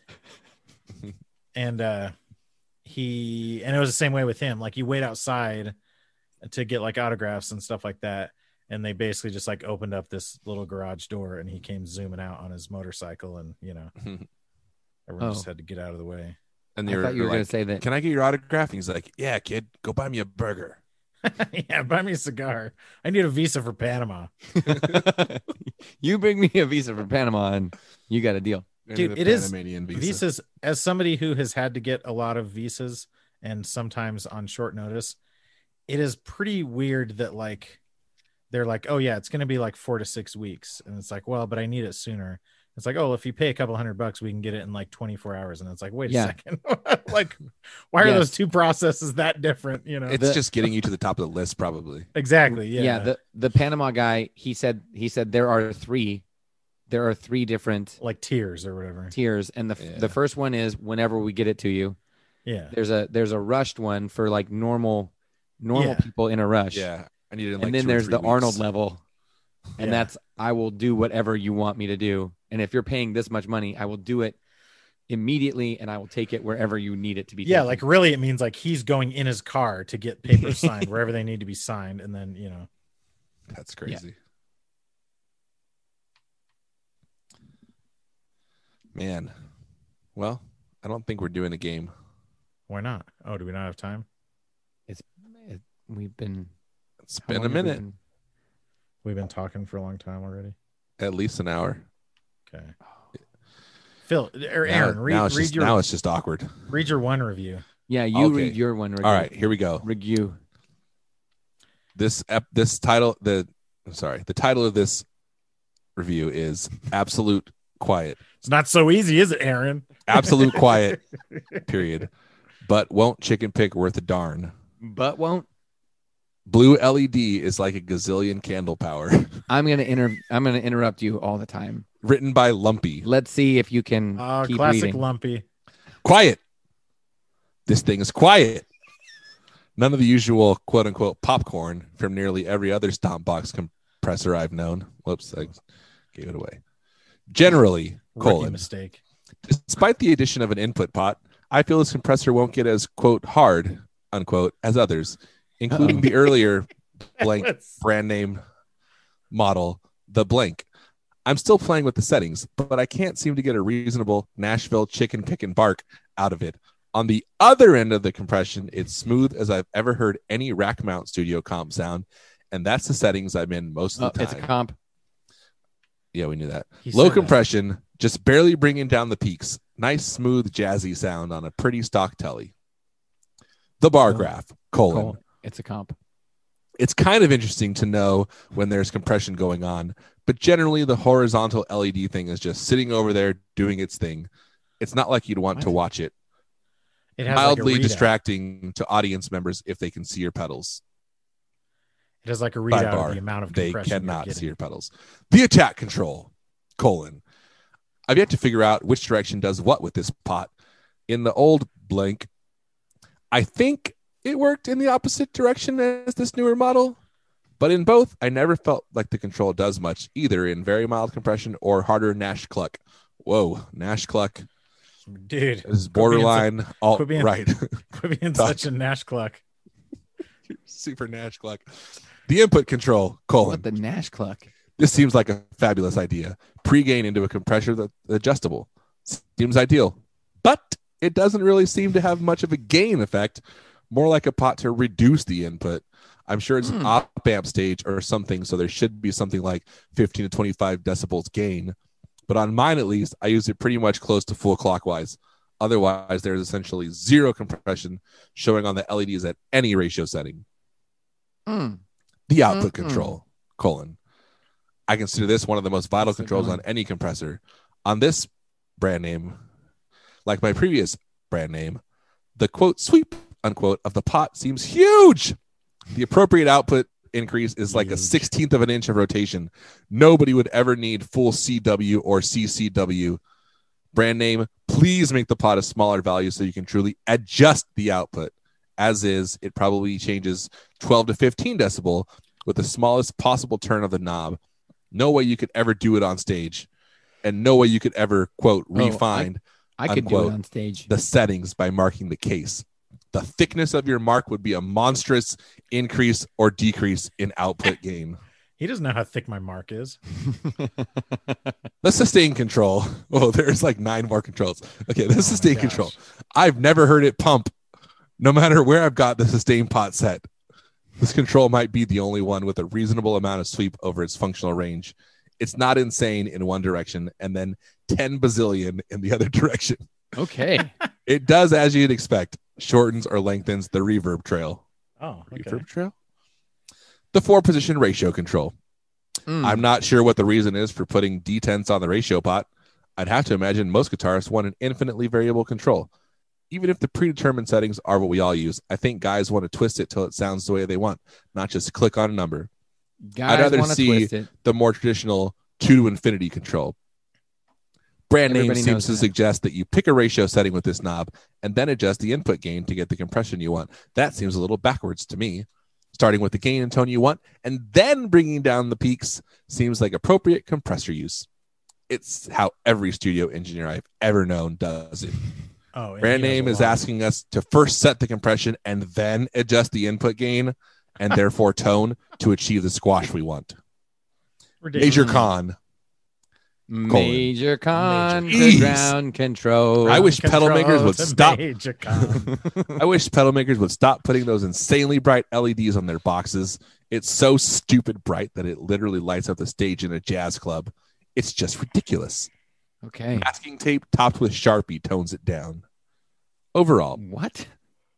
and uh he and it was the same way with him like you wait outside to get like autographs and stuff like that and they basically just like opened up this little garage door and he came zooming out on his motorcycle and you know everyone Oh. just had to get out of the way And I they were, thought you were like, going to say that. "Can I get your autograph?" And he's like, "Yeah, kid, go buy me a burger." yeah buy me a cigar i need a visa for panama you bring me a visa from Panama and you got a deal. Dude, the it is- Panamanian visa. visas as somebody who has had to get a lot of visas and sometimes on short notice it is pretty weird that like they're like oh yeah it's going to be like 4 to 6 weeks and it's like well but i need it sooner it's like oh if you pay a couple hundred bucks we can get it in like 24 hours and it's like wait Yeah. a second like why are Yes. those two processes that different you know It's The- just getting you to the top of the list, probably. exactly yeah, the, the Panama guy, he said he said there are three there are three different like tears or whatever tiers and the f Yeah. the first one is whenever we get it to you. yeah There's a there's a rushed one for like normal normal Yeah. people in a rush. Yeah, I need it. In And like then two or there's three the weeks. Arnold level. And Yeah. that's I will do whatever you want me to do. And if you're paying this much money, I will do it immediately and I will take it wherever you need it to be. yeah taken. like really it means like he's going in his car to get papers signed wherever they need to be signed and then you know That's crazy. Man, well, I don't think we're doing a game. Why not? Oh, do we not have time? we've been It's how been a long have we minute, been- We've been talking for a long time already. at least an hour. Okay. Phil or Now- Aaron, read now read it's just, your now it's just awkward. read your one review. Yeah, you Okay. read your one. Rigu. All right, here we go. Rigu. This ep, this title the I'm sorry, the title of this review is absolute quiet. It's not so easy, is it, Aaron? Absolute quiet. Period. But won't chicken pick worth a darn. But won't Blue LED is like a gazillion candle power. I'm gonna inter I'm gonna interrupt you all the time. Written by Lumpy. Let's see if you Mm, can Oh, keep classic reading. lumpy. quiet. This thing is quiet. None of the usual quote unquote popcorn from nearly every other Stompbox compressor I've known. Whoops, I gave it away. Generally, Rookie colon, mistake. despite the addition of an input pot, I feel this compressor won't get as quote hard unquote as others, including the earlier blank brand name model, the blank. I'm still playing with the settings, but I can't seem to get a reasonable Nashville chicken pick and bark out of it. On the other end of the compression, it's smooth as I've ever heard any rack mount studio comp sound, and that's the settings I'm in most Oh, of the it's a time. comp. yeah, we knew that. He Low said that. compression, just barely bringing down the peaks. Nice, smooth, jazzy sound on a pretty stock telly. The bar Colon. graph, colon. Cole. It's a comp. It's kind of interesting to know when there's compression going on, but generally the horizontal LED thing is just sitting over there doing its thing. It's not like you'd want to What? watch it. It has Mildly like a readout. distracting to audience members if they can see your pedals. It has like a readout Sidebar. of the amount of They compression you're cannot getting. see your pedals. The attack control, colon. I've yet to figure out which direction does what with this pot. In the old blank, I think it worked in the opposite direction as this newer model, but in both, I never felt like the control does much either in very mild compression or harder Nash cluck. Whoa, Nash cluck Dude, is borderline alt quit being- right. quit being Fuck. such a Nash cluck. Super Nash cluck. The input control, colon. What the Nash cluck? This seems like a fabulous idea. Pre-gain into a compressor that's adjustable seems ideal, but it doesn't really seem to have much of a gain effect. More like a pot to reduce the input. I'm sure it's an Hmm. op amp stage or something, so there should be something like 15 to 25 decibels gain. But on mine, at least, I use it pretty much close to full clockwise. Otherwise, there's essentially zero compression showing on the LEDs at any ratio setting Mm. the output Mm-mm. control colon i consider this one of the most vital That's a good controls one. on any compressor on this brand name like my previous brand name the quote sweep unquote of the pot seems huge the appropriate output increase is like a Huge. 16th of an inch of rotation nobody would ever need full cw or ccw brand name please make the pot a smaller value so you can truly adjust the output as is it probably changes 12 to 15 decibel with the smallest possible turn of the knob. No way you could ever do it on stage, and no way you could ever quote Oh, I- refine I could do Unquote. it on stage. the settings by marking the case. The thickness of your mark would be a monstrous increase or decrease in output gain. He doesn't know how thick my mark is. The sustain control. Oh, there's like nine more controls. Okay, the Oh sustain Oh gosh. control. I've never heard it pump. No matter where I've got the sustain pot set, this control might be the only one with a reasonable amount of sweep over its functional range. It's not insane in one direction and then 10 bazillion in the other direction. okay. It does, as you'd expect, shortens or lengthens the reverb trail. Oh, okay. Reverb trail? The four position ratio control. Mm. I'm not sure what the reason is for putting detents on the ratio pot. I'd have to imagine most guitarists want an infinitely variable control. Even if the predetermined settings are what we all use, I think guys want to twist it till it sounds the way they want, not just click on a number. Guys rather wanna see twist it. The more traditional two to infinity control. Brand name Everybody seems knows to that. suggest that you pick a ratio setting with this knob and then adjust the input gain to get the compression you want. That seems a little backwards to me. Starting with the gain and tone you want and then bringing down the peaks seems like appropriate compressor use. It's how every studio engineer I've ever known does it. Oh, and Brand he knows name a is lot. asking us to first set the compression and then adjust the input gain and therefore tone to achieve the squash we want. Ridiculous. Major con. Major con Jeez. to ground control. I wish pedal Control makers would to stop. Major con. I wish pedal makers would stop putting those insanely bright LEDs on their boxes. It's so stupid bright that it literally lights up the stage in a jazz club. It's just ridiculous. Okay. Masking tape topped with Sharpie tones it down. Overall, What?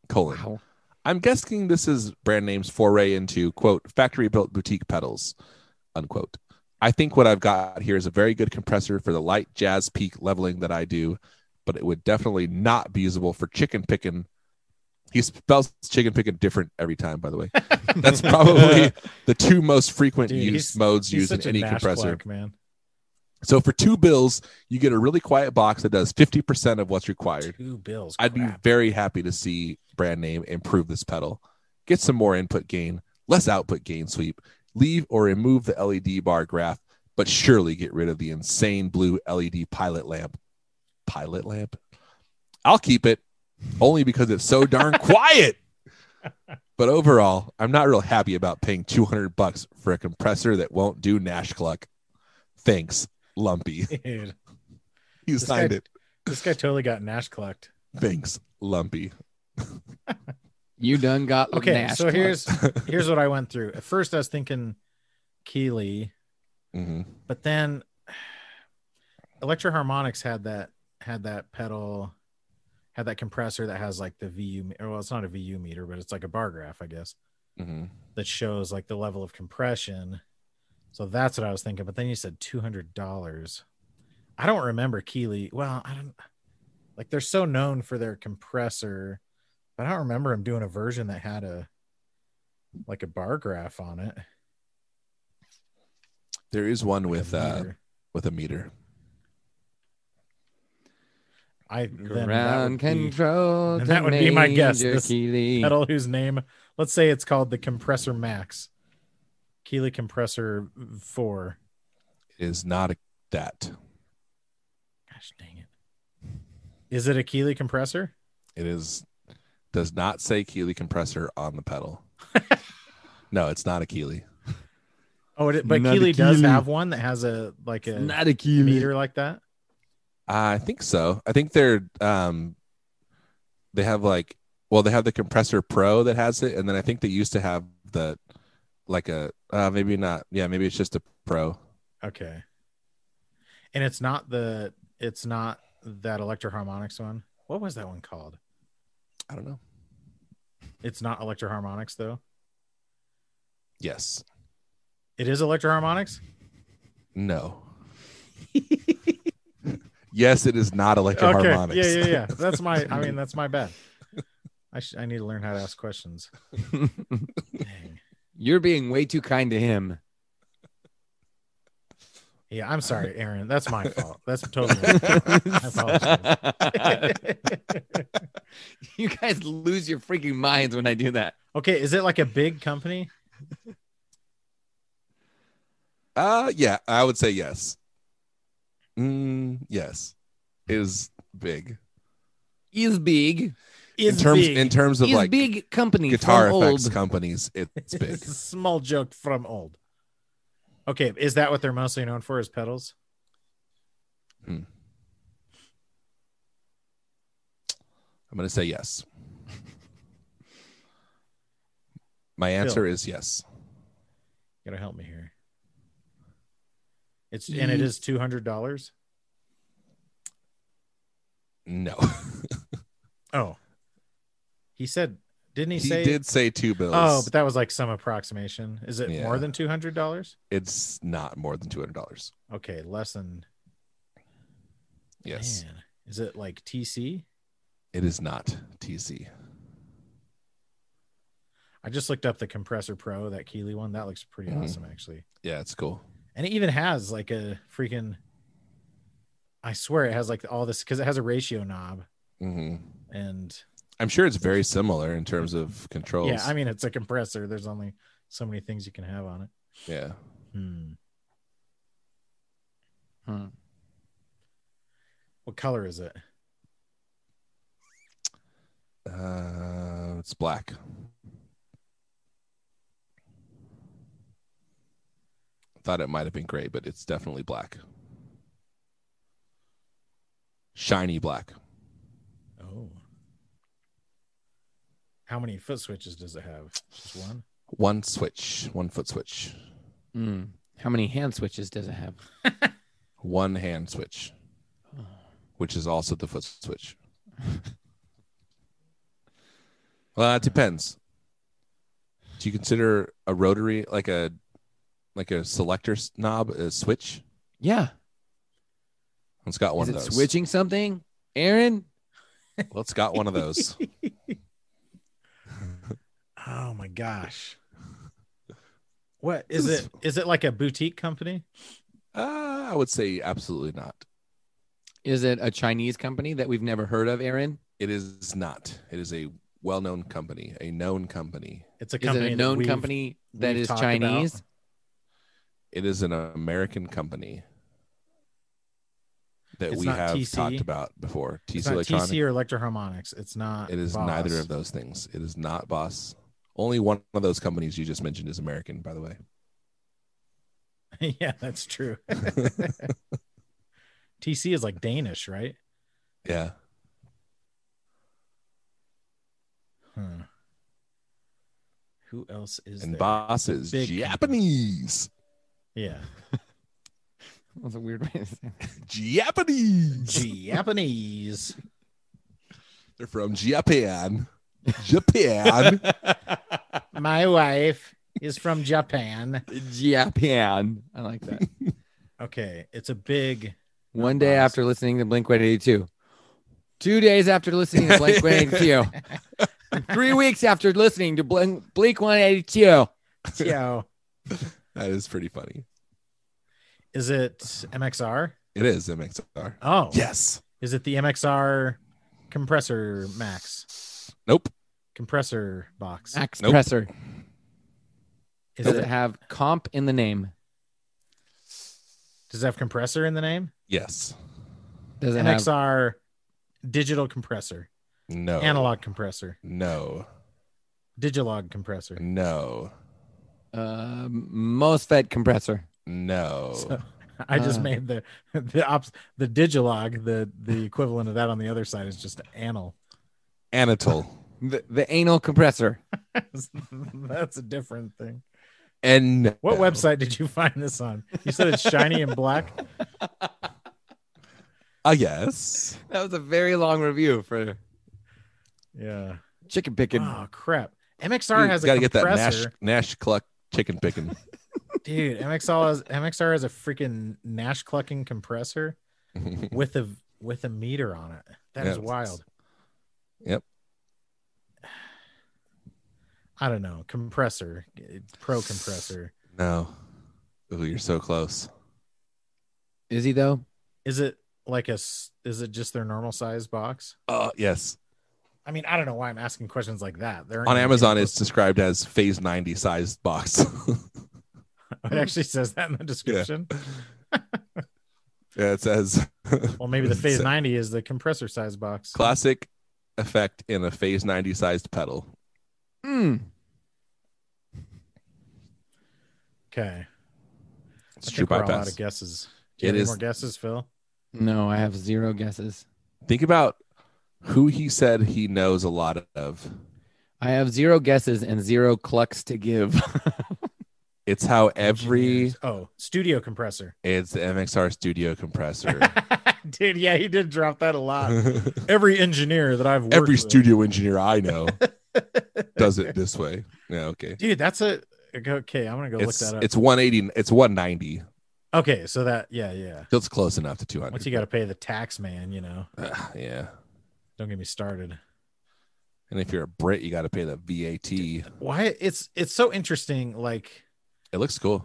colon. Wow. I'm guessing this is brand name's foray into quote factory built boutique pedals, unquote. I think what I've got here is a very good compressor for the light jazz peak leveling that I do, but it would definitely not be usable for chicken picking. He spells chicken picking different every time, by the way. That's probably the two most frequent Dude, use he's- modes He's used in such a any Nash compressor. Clark, man. So for two bills, you get a really quiet box that does 50% of what's required. Two bills. I'd be crap. very happy to see brand name improve this pedal, get some more input gain, less output gain sweep, leave or remove the LED bar graph, but surely get rid of the insane blue LED pilot lamp. Pilot lamp? I'll keep it only because it's so darn quiet. But overall, I'm not real happy about paying 200 bucks for a compressor that won't do Nash Cluck. Thanks, Lumpy. Dude, You This guy- signed it. this guy totally got Nash clucked. Thanks, Lumpy. You done got Okay, Nash so Clark. here's here's what I went through. At first, I was thinking Keeley, hmm but then Electro Harmonics had that had that pedal, had that compressor that has like the VU. me- or, Well, it's not a VU meter, but it's like a bar graph, I guess, hmm that shows like the level of compression. So that's what I was thinking. But then you said two hundred dollars. I don't remember Keeley. Well, I don't like they're so known for their compressor, but I don't remember them doing a version that had a like a bar graph on it. There is one like a with uh meter. with a meter. I then that ground would be- control. then to that would be my guess. Major This Keeley. pedal whose name let's say it's called the compressor max keeley compressor 4 It is not a, that. gosh dang it is it a keeley compressor It is does not say Keeley compressor on the pedal. no, it's not a Keeley. oh it, but Not a keeley does Keeley. have one that has a like It's a Not a Keeley. meter like that I think so. I think they're um they have like well they have the compressor pro that has it and then I think they used to have the like a uh maybe not. Yeah, maybe it's just a pro. okay and it's not the it's not that electro harmonics one what was that one called I don't know. it's not electro harmonics though Yes. it is electro harmonics No. yes, it is not electro okay harmonics. yeah yeah yeah that's my i mean that's my bad i should i need to learn how to ask questions Dang. You're being way too kind to him. Yeah, I'm sorry, Aaron. That's my fault. That's totally my fault. I apologize. you guys lose your freaking minds when I do that. okay, is it like a big company? Uh yeah, I would say yes. Mm, yes. Is big is big. in terms in terms of Is like big company guitar from effects old. companies. It's big. It's a small joke from old. Okay, is that what they're mostly known for? Is pedals? I'm gonna say yes. My answer is yes. You gotta help me here. It's and it is two hundred dollars. No, Oh, he said, didn't he, he say? did say two bills. oh, but that was like some approximation. Is it more Yeah. than two hundred dollars? it's not more than two hundred dollars. Okay, less than. Yes, Man. Is it like TC? it is not TC. I just looked up the compressor pro that Keeley one. That looks pretty Mhm. awesome actually. Yeah, it's cool. and it even has like a freaking i swear it has like all this because it has a ratio knob hmm and I'm sure it's very similar in terms of controls. yeah i mean it's a compressor there's only so many things you can have on it yeah. hmm. Hmm. what color is it Uh, it's black. Thought it might have been gray, but it's definitely black. Shiny black. oh how many foot switches does it have just one One switch, one foot switch, Mm. How many hand switches does it have? one hand switch, which is also the foot switch. well, it depends. Do you consider a rotary like a like a selector s- knob a switch? Yeah. It's got one of is it those. switching something? Aaron? Well, it's got one of those. oh my gosh what is it is it like a boutique company Uh, I would say absolutely not. Is it a Chinese company that we've never heard of, Aaron? It is not. It is a well-known company, a known company. it's a Is company it a that known we've- company that we've is talked Chinese? about. It is an American company that It's we not have TC. talked about before. it's TC not Electronic. TC or Electroharmonics. It's not. it is neither of them. those things. It is not Boss. Only one of those companies you just mentioned is American, by the way. yeah, that's true. TC is like Danish, right? Yeah. Hmm. Who else is and there? Boss is Big company. Japanese. Yeah, That was a weird way to say that. Japanese. Japanese. They're from Japan. Japan. My wife is from Japan. Japan. I like that. Okay, it's a big. One day after listening to Blink 182. Two days after listening to Blink 182. Three weeks after listening to Blink, Blink 182. Yo, that is pretty funny. is it MXR? It is MXR. Oh, Yes. Is it the MXR compressor max Nope. compressor box? Max Nope. Presser. Is Does it, it have comp in the name? does it have compressor in the name? Yes. Does it have MXR digital compressor, No. analog compressor, No. digilog compressor. No. uh, MOSFET compressor? No. So I just Ah. uh. made the the ops the digilog the the equivalent of that on the other side is just anal. Anatol. The, the anal compressor. That's a different thing. And no. What website did you find this on? You said it's shiny and black. Uh, yes. That was a very long review for Yeah. chicken picking. Oh crap. MXR has you a gotta get that Nash compressor, Nash Cluck chicken picking. dude. MXR has MXR has a freaking Nash clucking compressor with a with a meter on it. That is Yeah. wild. Yep. I don't know. Compressor, pro compressor. no. Oh, you're so close. Is he though? Is it like a? s- Is it just their normal size box? Uh yes. I mean, I don't know why I'm asking questions like that. They're On Amazon it's described as phase 90 sized box. It actually says that in the description. Yeah, it says Well, maybe the Phase So- 90 is the compressor size box. classic effect in a phase 90 sized pedal. Mm. Okay. It's I true think we're all out bypass. of guesses. It Do you have any is- more guesses, Phil? No, I have zero guesses. Think about who he said he knows a lot of. I have zero guesses and zero clucks to give. It's how every Engineers. oh studio compressor. it's the MXR Studio compressor. Dude, yeah, he did drop that a lot. Every engineer that I've worked every with- studio engineer I know does it this way. Yeah, okay. Dude, that's a okay. I'm gonna go It's look that up. it's 180. It's 190. okay, so that yeah, yeah. So it's close enough to 200. Once you got to pay the tax man, you know. Ah, yeah. Don't get me started. And if you're a Brit, you got to pay the VAT. It Why it's it's so interesting. Like looks cool.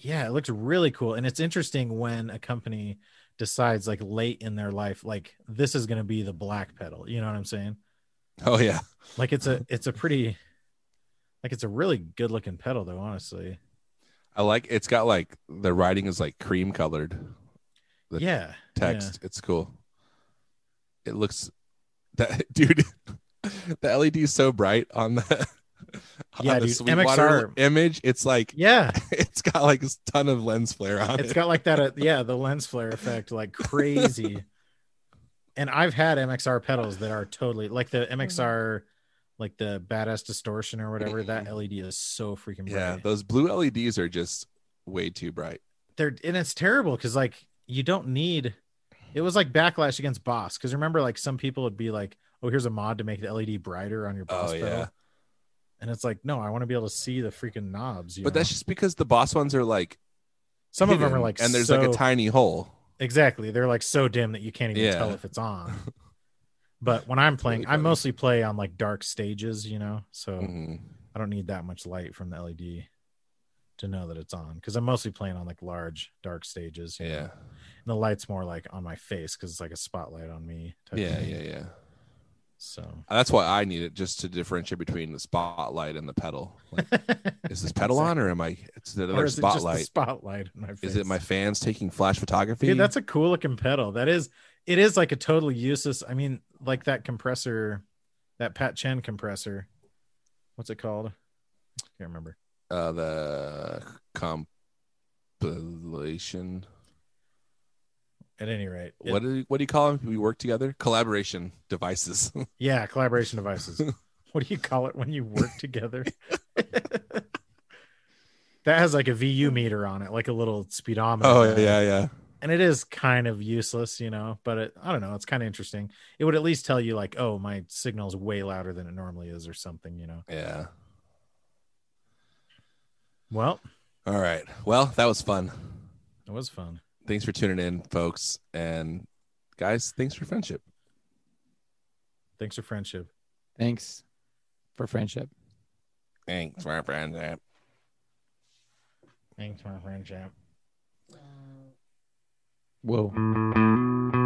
yeah it looks really cool and it's interesting when a company decides like late in their life like this is going to be the black pedal you know what i'm saying Oh yeah. like it's Mm-hmm. a it's a pretty like it's a really good looking pedal though honestly I like it's got like the writing is like cream colored. The yeah text. It's cool. It looks that dude. The LED is so bright on the on Yeah, the dude, Sweetwater MXR. image. It's like yeah it's got like a ton of lens flare on it's it. got like that uh, yeah the lens flare effect like crazy and i've had mxr pedals that are totally like the Mm-hmm. mxr like the badass distortion or whatever that led is so freaking bright yeah, those blue LEDs are just way too bright. they're and it's terrible because like you don't need it was like backlash against boss because remember like some people would be like oh here's a mod to make the led brighter on your boss Oh, pedal yeah. and it's like no i want to be able to see the freaking knobs you But know? that's just because the boss ones are like some of them are hidden, like and there's like so- a tiny hole. exactly they're like so dim that you can't even Yeah. tell if it's on but when i'm playing really i funny. mostly play on like dark stages you know so Mhm. i don't need that much light from the led to know that it's on because i'm mostly playing on like large dark stages you know? Yeah, and the light's more like on my face because it's like a spotlight on me. type yeah, thing. yeah, yeah. So That's why I need it just to differentiate between the spotlight and the pedal. Like, is this pedal on, or am I? It's the Or other is it just the spotlight. spotlight in my face. Is it my fans taking flash photography? dude? That's a cool looking pedal. That is. It is like a totally useless. I mean, like that compressor, that Pat Chen compressor. What's it called? I can't remember. uh, the compilation. At any rate, it- What do you, what do you call them? We work together. Collaboration devices. Yeah, collaboration devices. what do you call it when you work together? that has like a VU meter on it, like a little speedometer. Oh, yeah. and it is kind of useless, you know, but it, I don't know, it's kind of interesting. It would at least tell you like, oh, my signal's way louder than it normally is or something, you know. Yeah. Well, All right. Well, that was fun. it was fun. Thanks for tuning in, folks, and guys. Thanks for friendship. Thanks for friendship. Thanks for friendship. Thanks for friendship. Thanks for friendship. Whoa.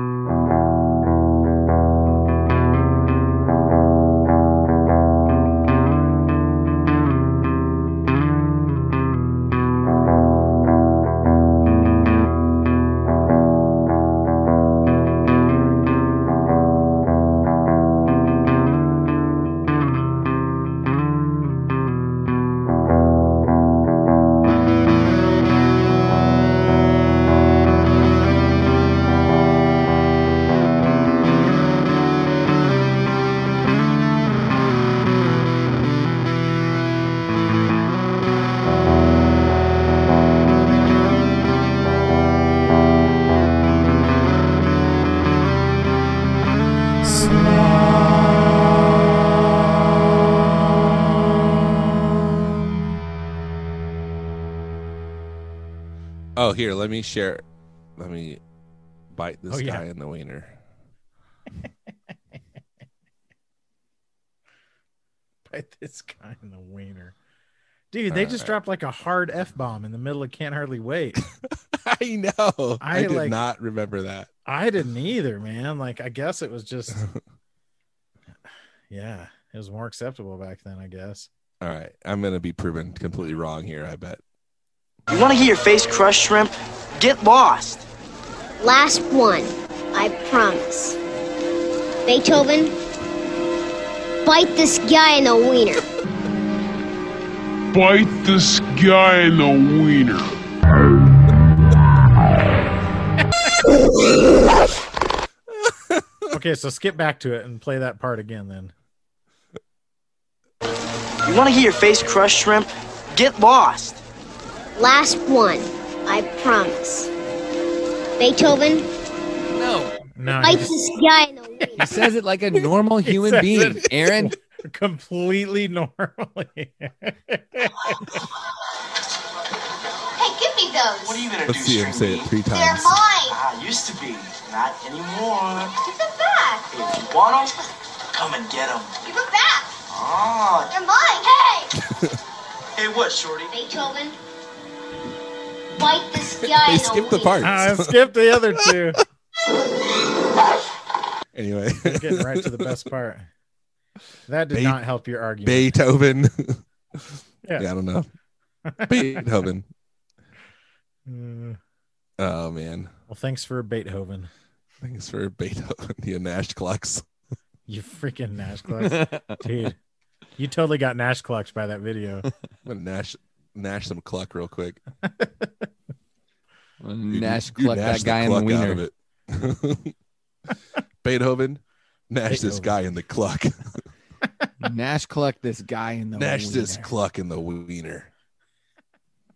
Oh, here. Let me share. Let me bite this Oh, yeah. guy in the wiener. Bite this guy in the wiener. Dude, they All just right. dropped like a hard F bomb in the middle of Can't Hardly Wait. I know. I, I, did like- not remember that. I didn't either, man. Like, I guess it was just, yeah, it was more acceptable back then, I guess. All right. I'm going to be proven completely wrong here, I bet. You want to get your face crushed, shrimp? Get lost. Last one. I promise. Beethoven, bite this guy in the wiener. Bite this guy in the wiener. Okay, so skip back to it and play that part again then. You want to get your face crushed, shrimp? Get lost. Last one. I promise. Beethoven, No, he bite just this guy in the wiener. He says it like a normal human says being, it. Aaron. completely normally. Hey, give me those. What are you gonna Let's do, see him say it Shrimpy? three times. mine. Ah, used to be, not anymore. Give them back. If you want 'em, come and get 'em. Give them back. Ah. They're mine. Hey! Hey, what, Shorty? Beethoven, bite this guy They in the skipped the wiener. parts. I skipped the other two. anyway, Ah, We're getting right to the best part. That did Be- not help your argument. Beethoven. Yeah. yeah. I don't know. Beethoven. Mm. Oh man, well, thanks for Beethoven. thanks for Beethoven. The Nash Clucks. You freaking Nash Clucks. Dude, you totally got Nash Clucks by that video. I'm gonna Nash Nash some Cluck real quick. You- Nash you clucked Nash that guy in the cluck out wiener. of it. Beethoven, Nash this Beethoven. guy in the cluck. Nash clucked this guy in the Nash wiener. this cluck in the wiener.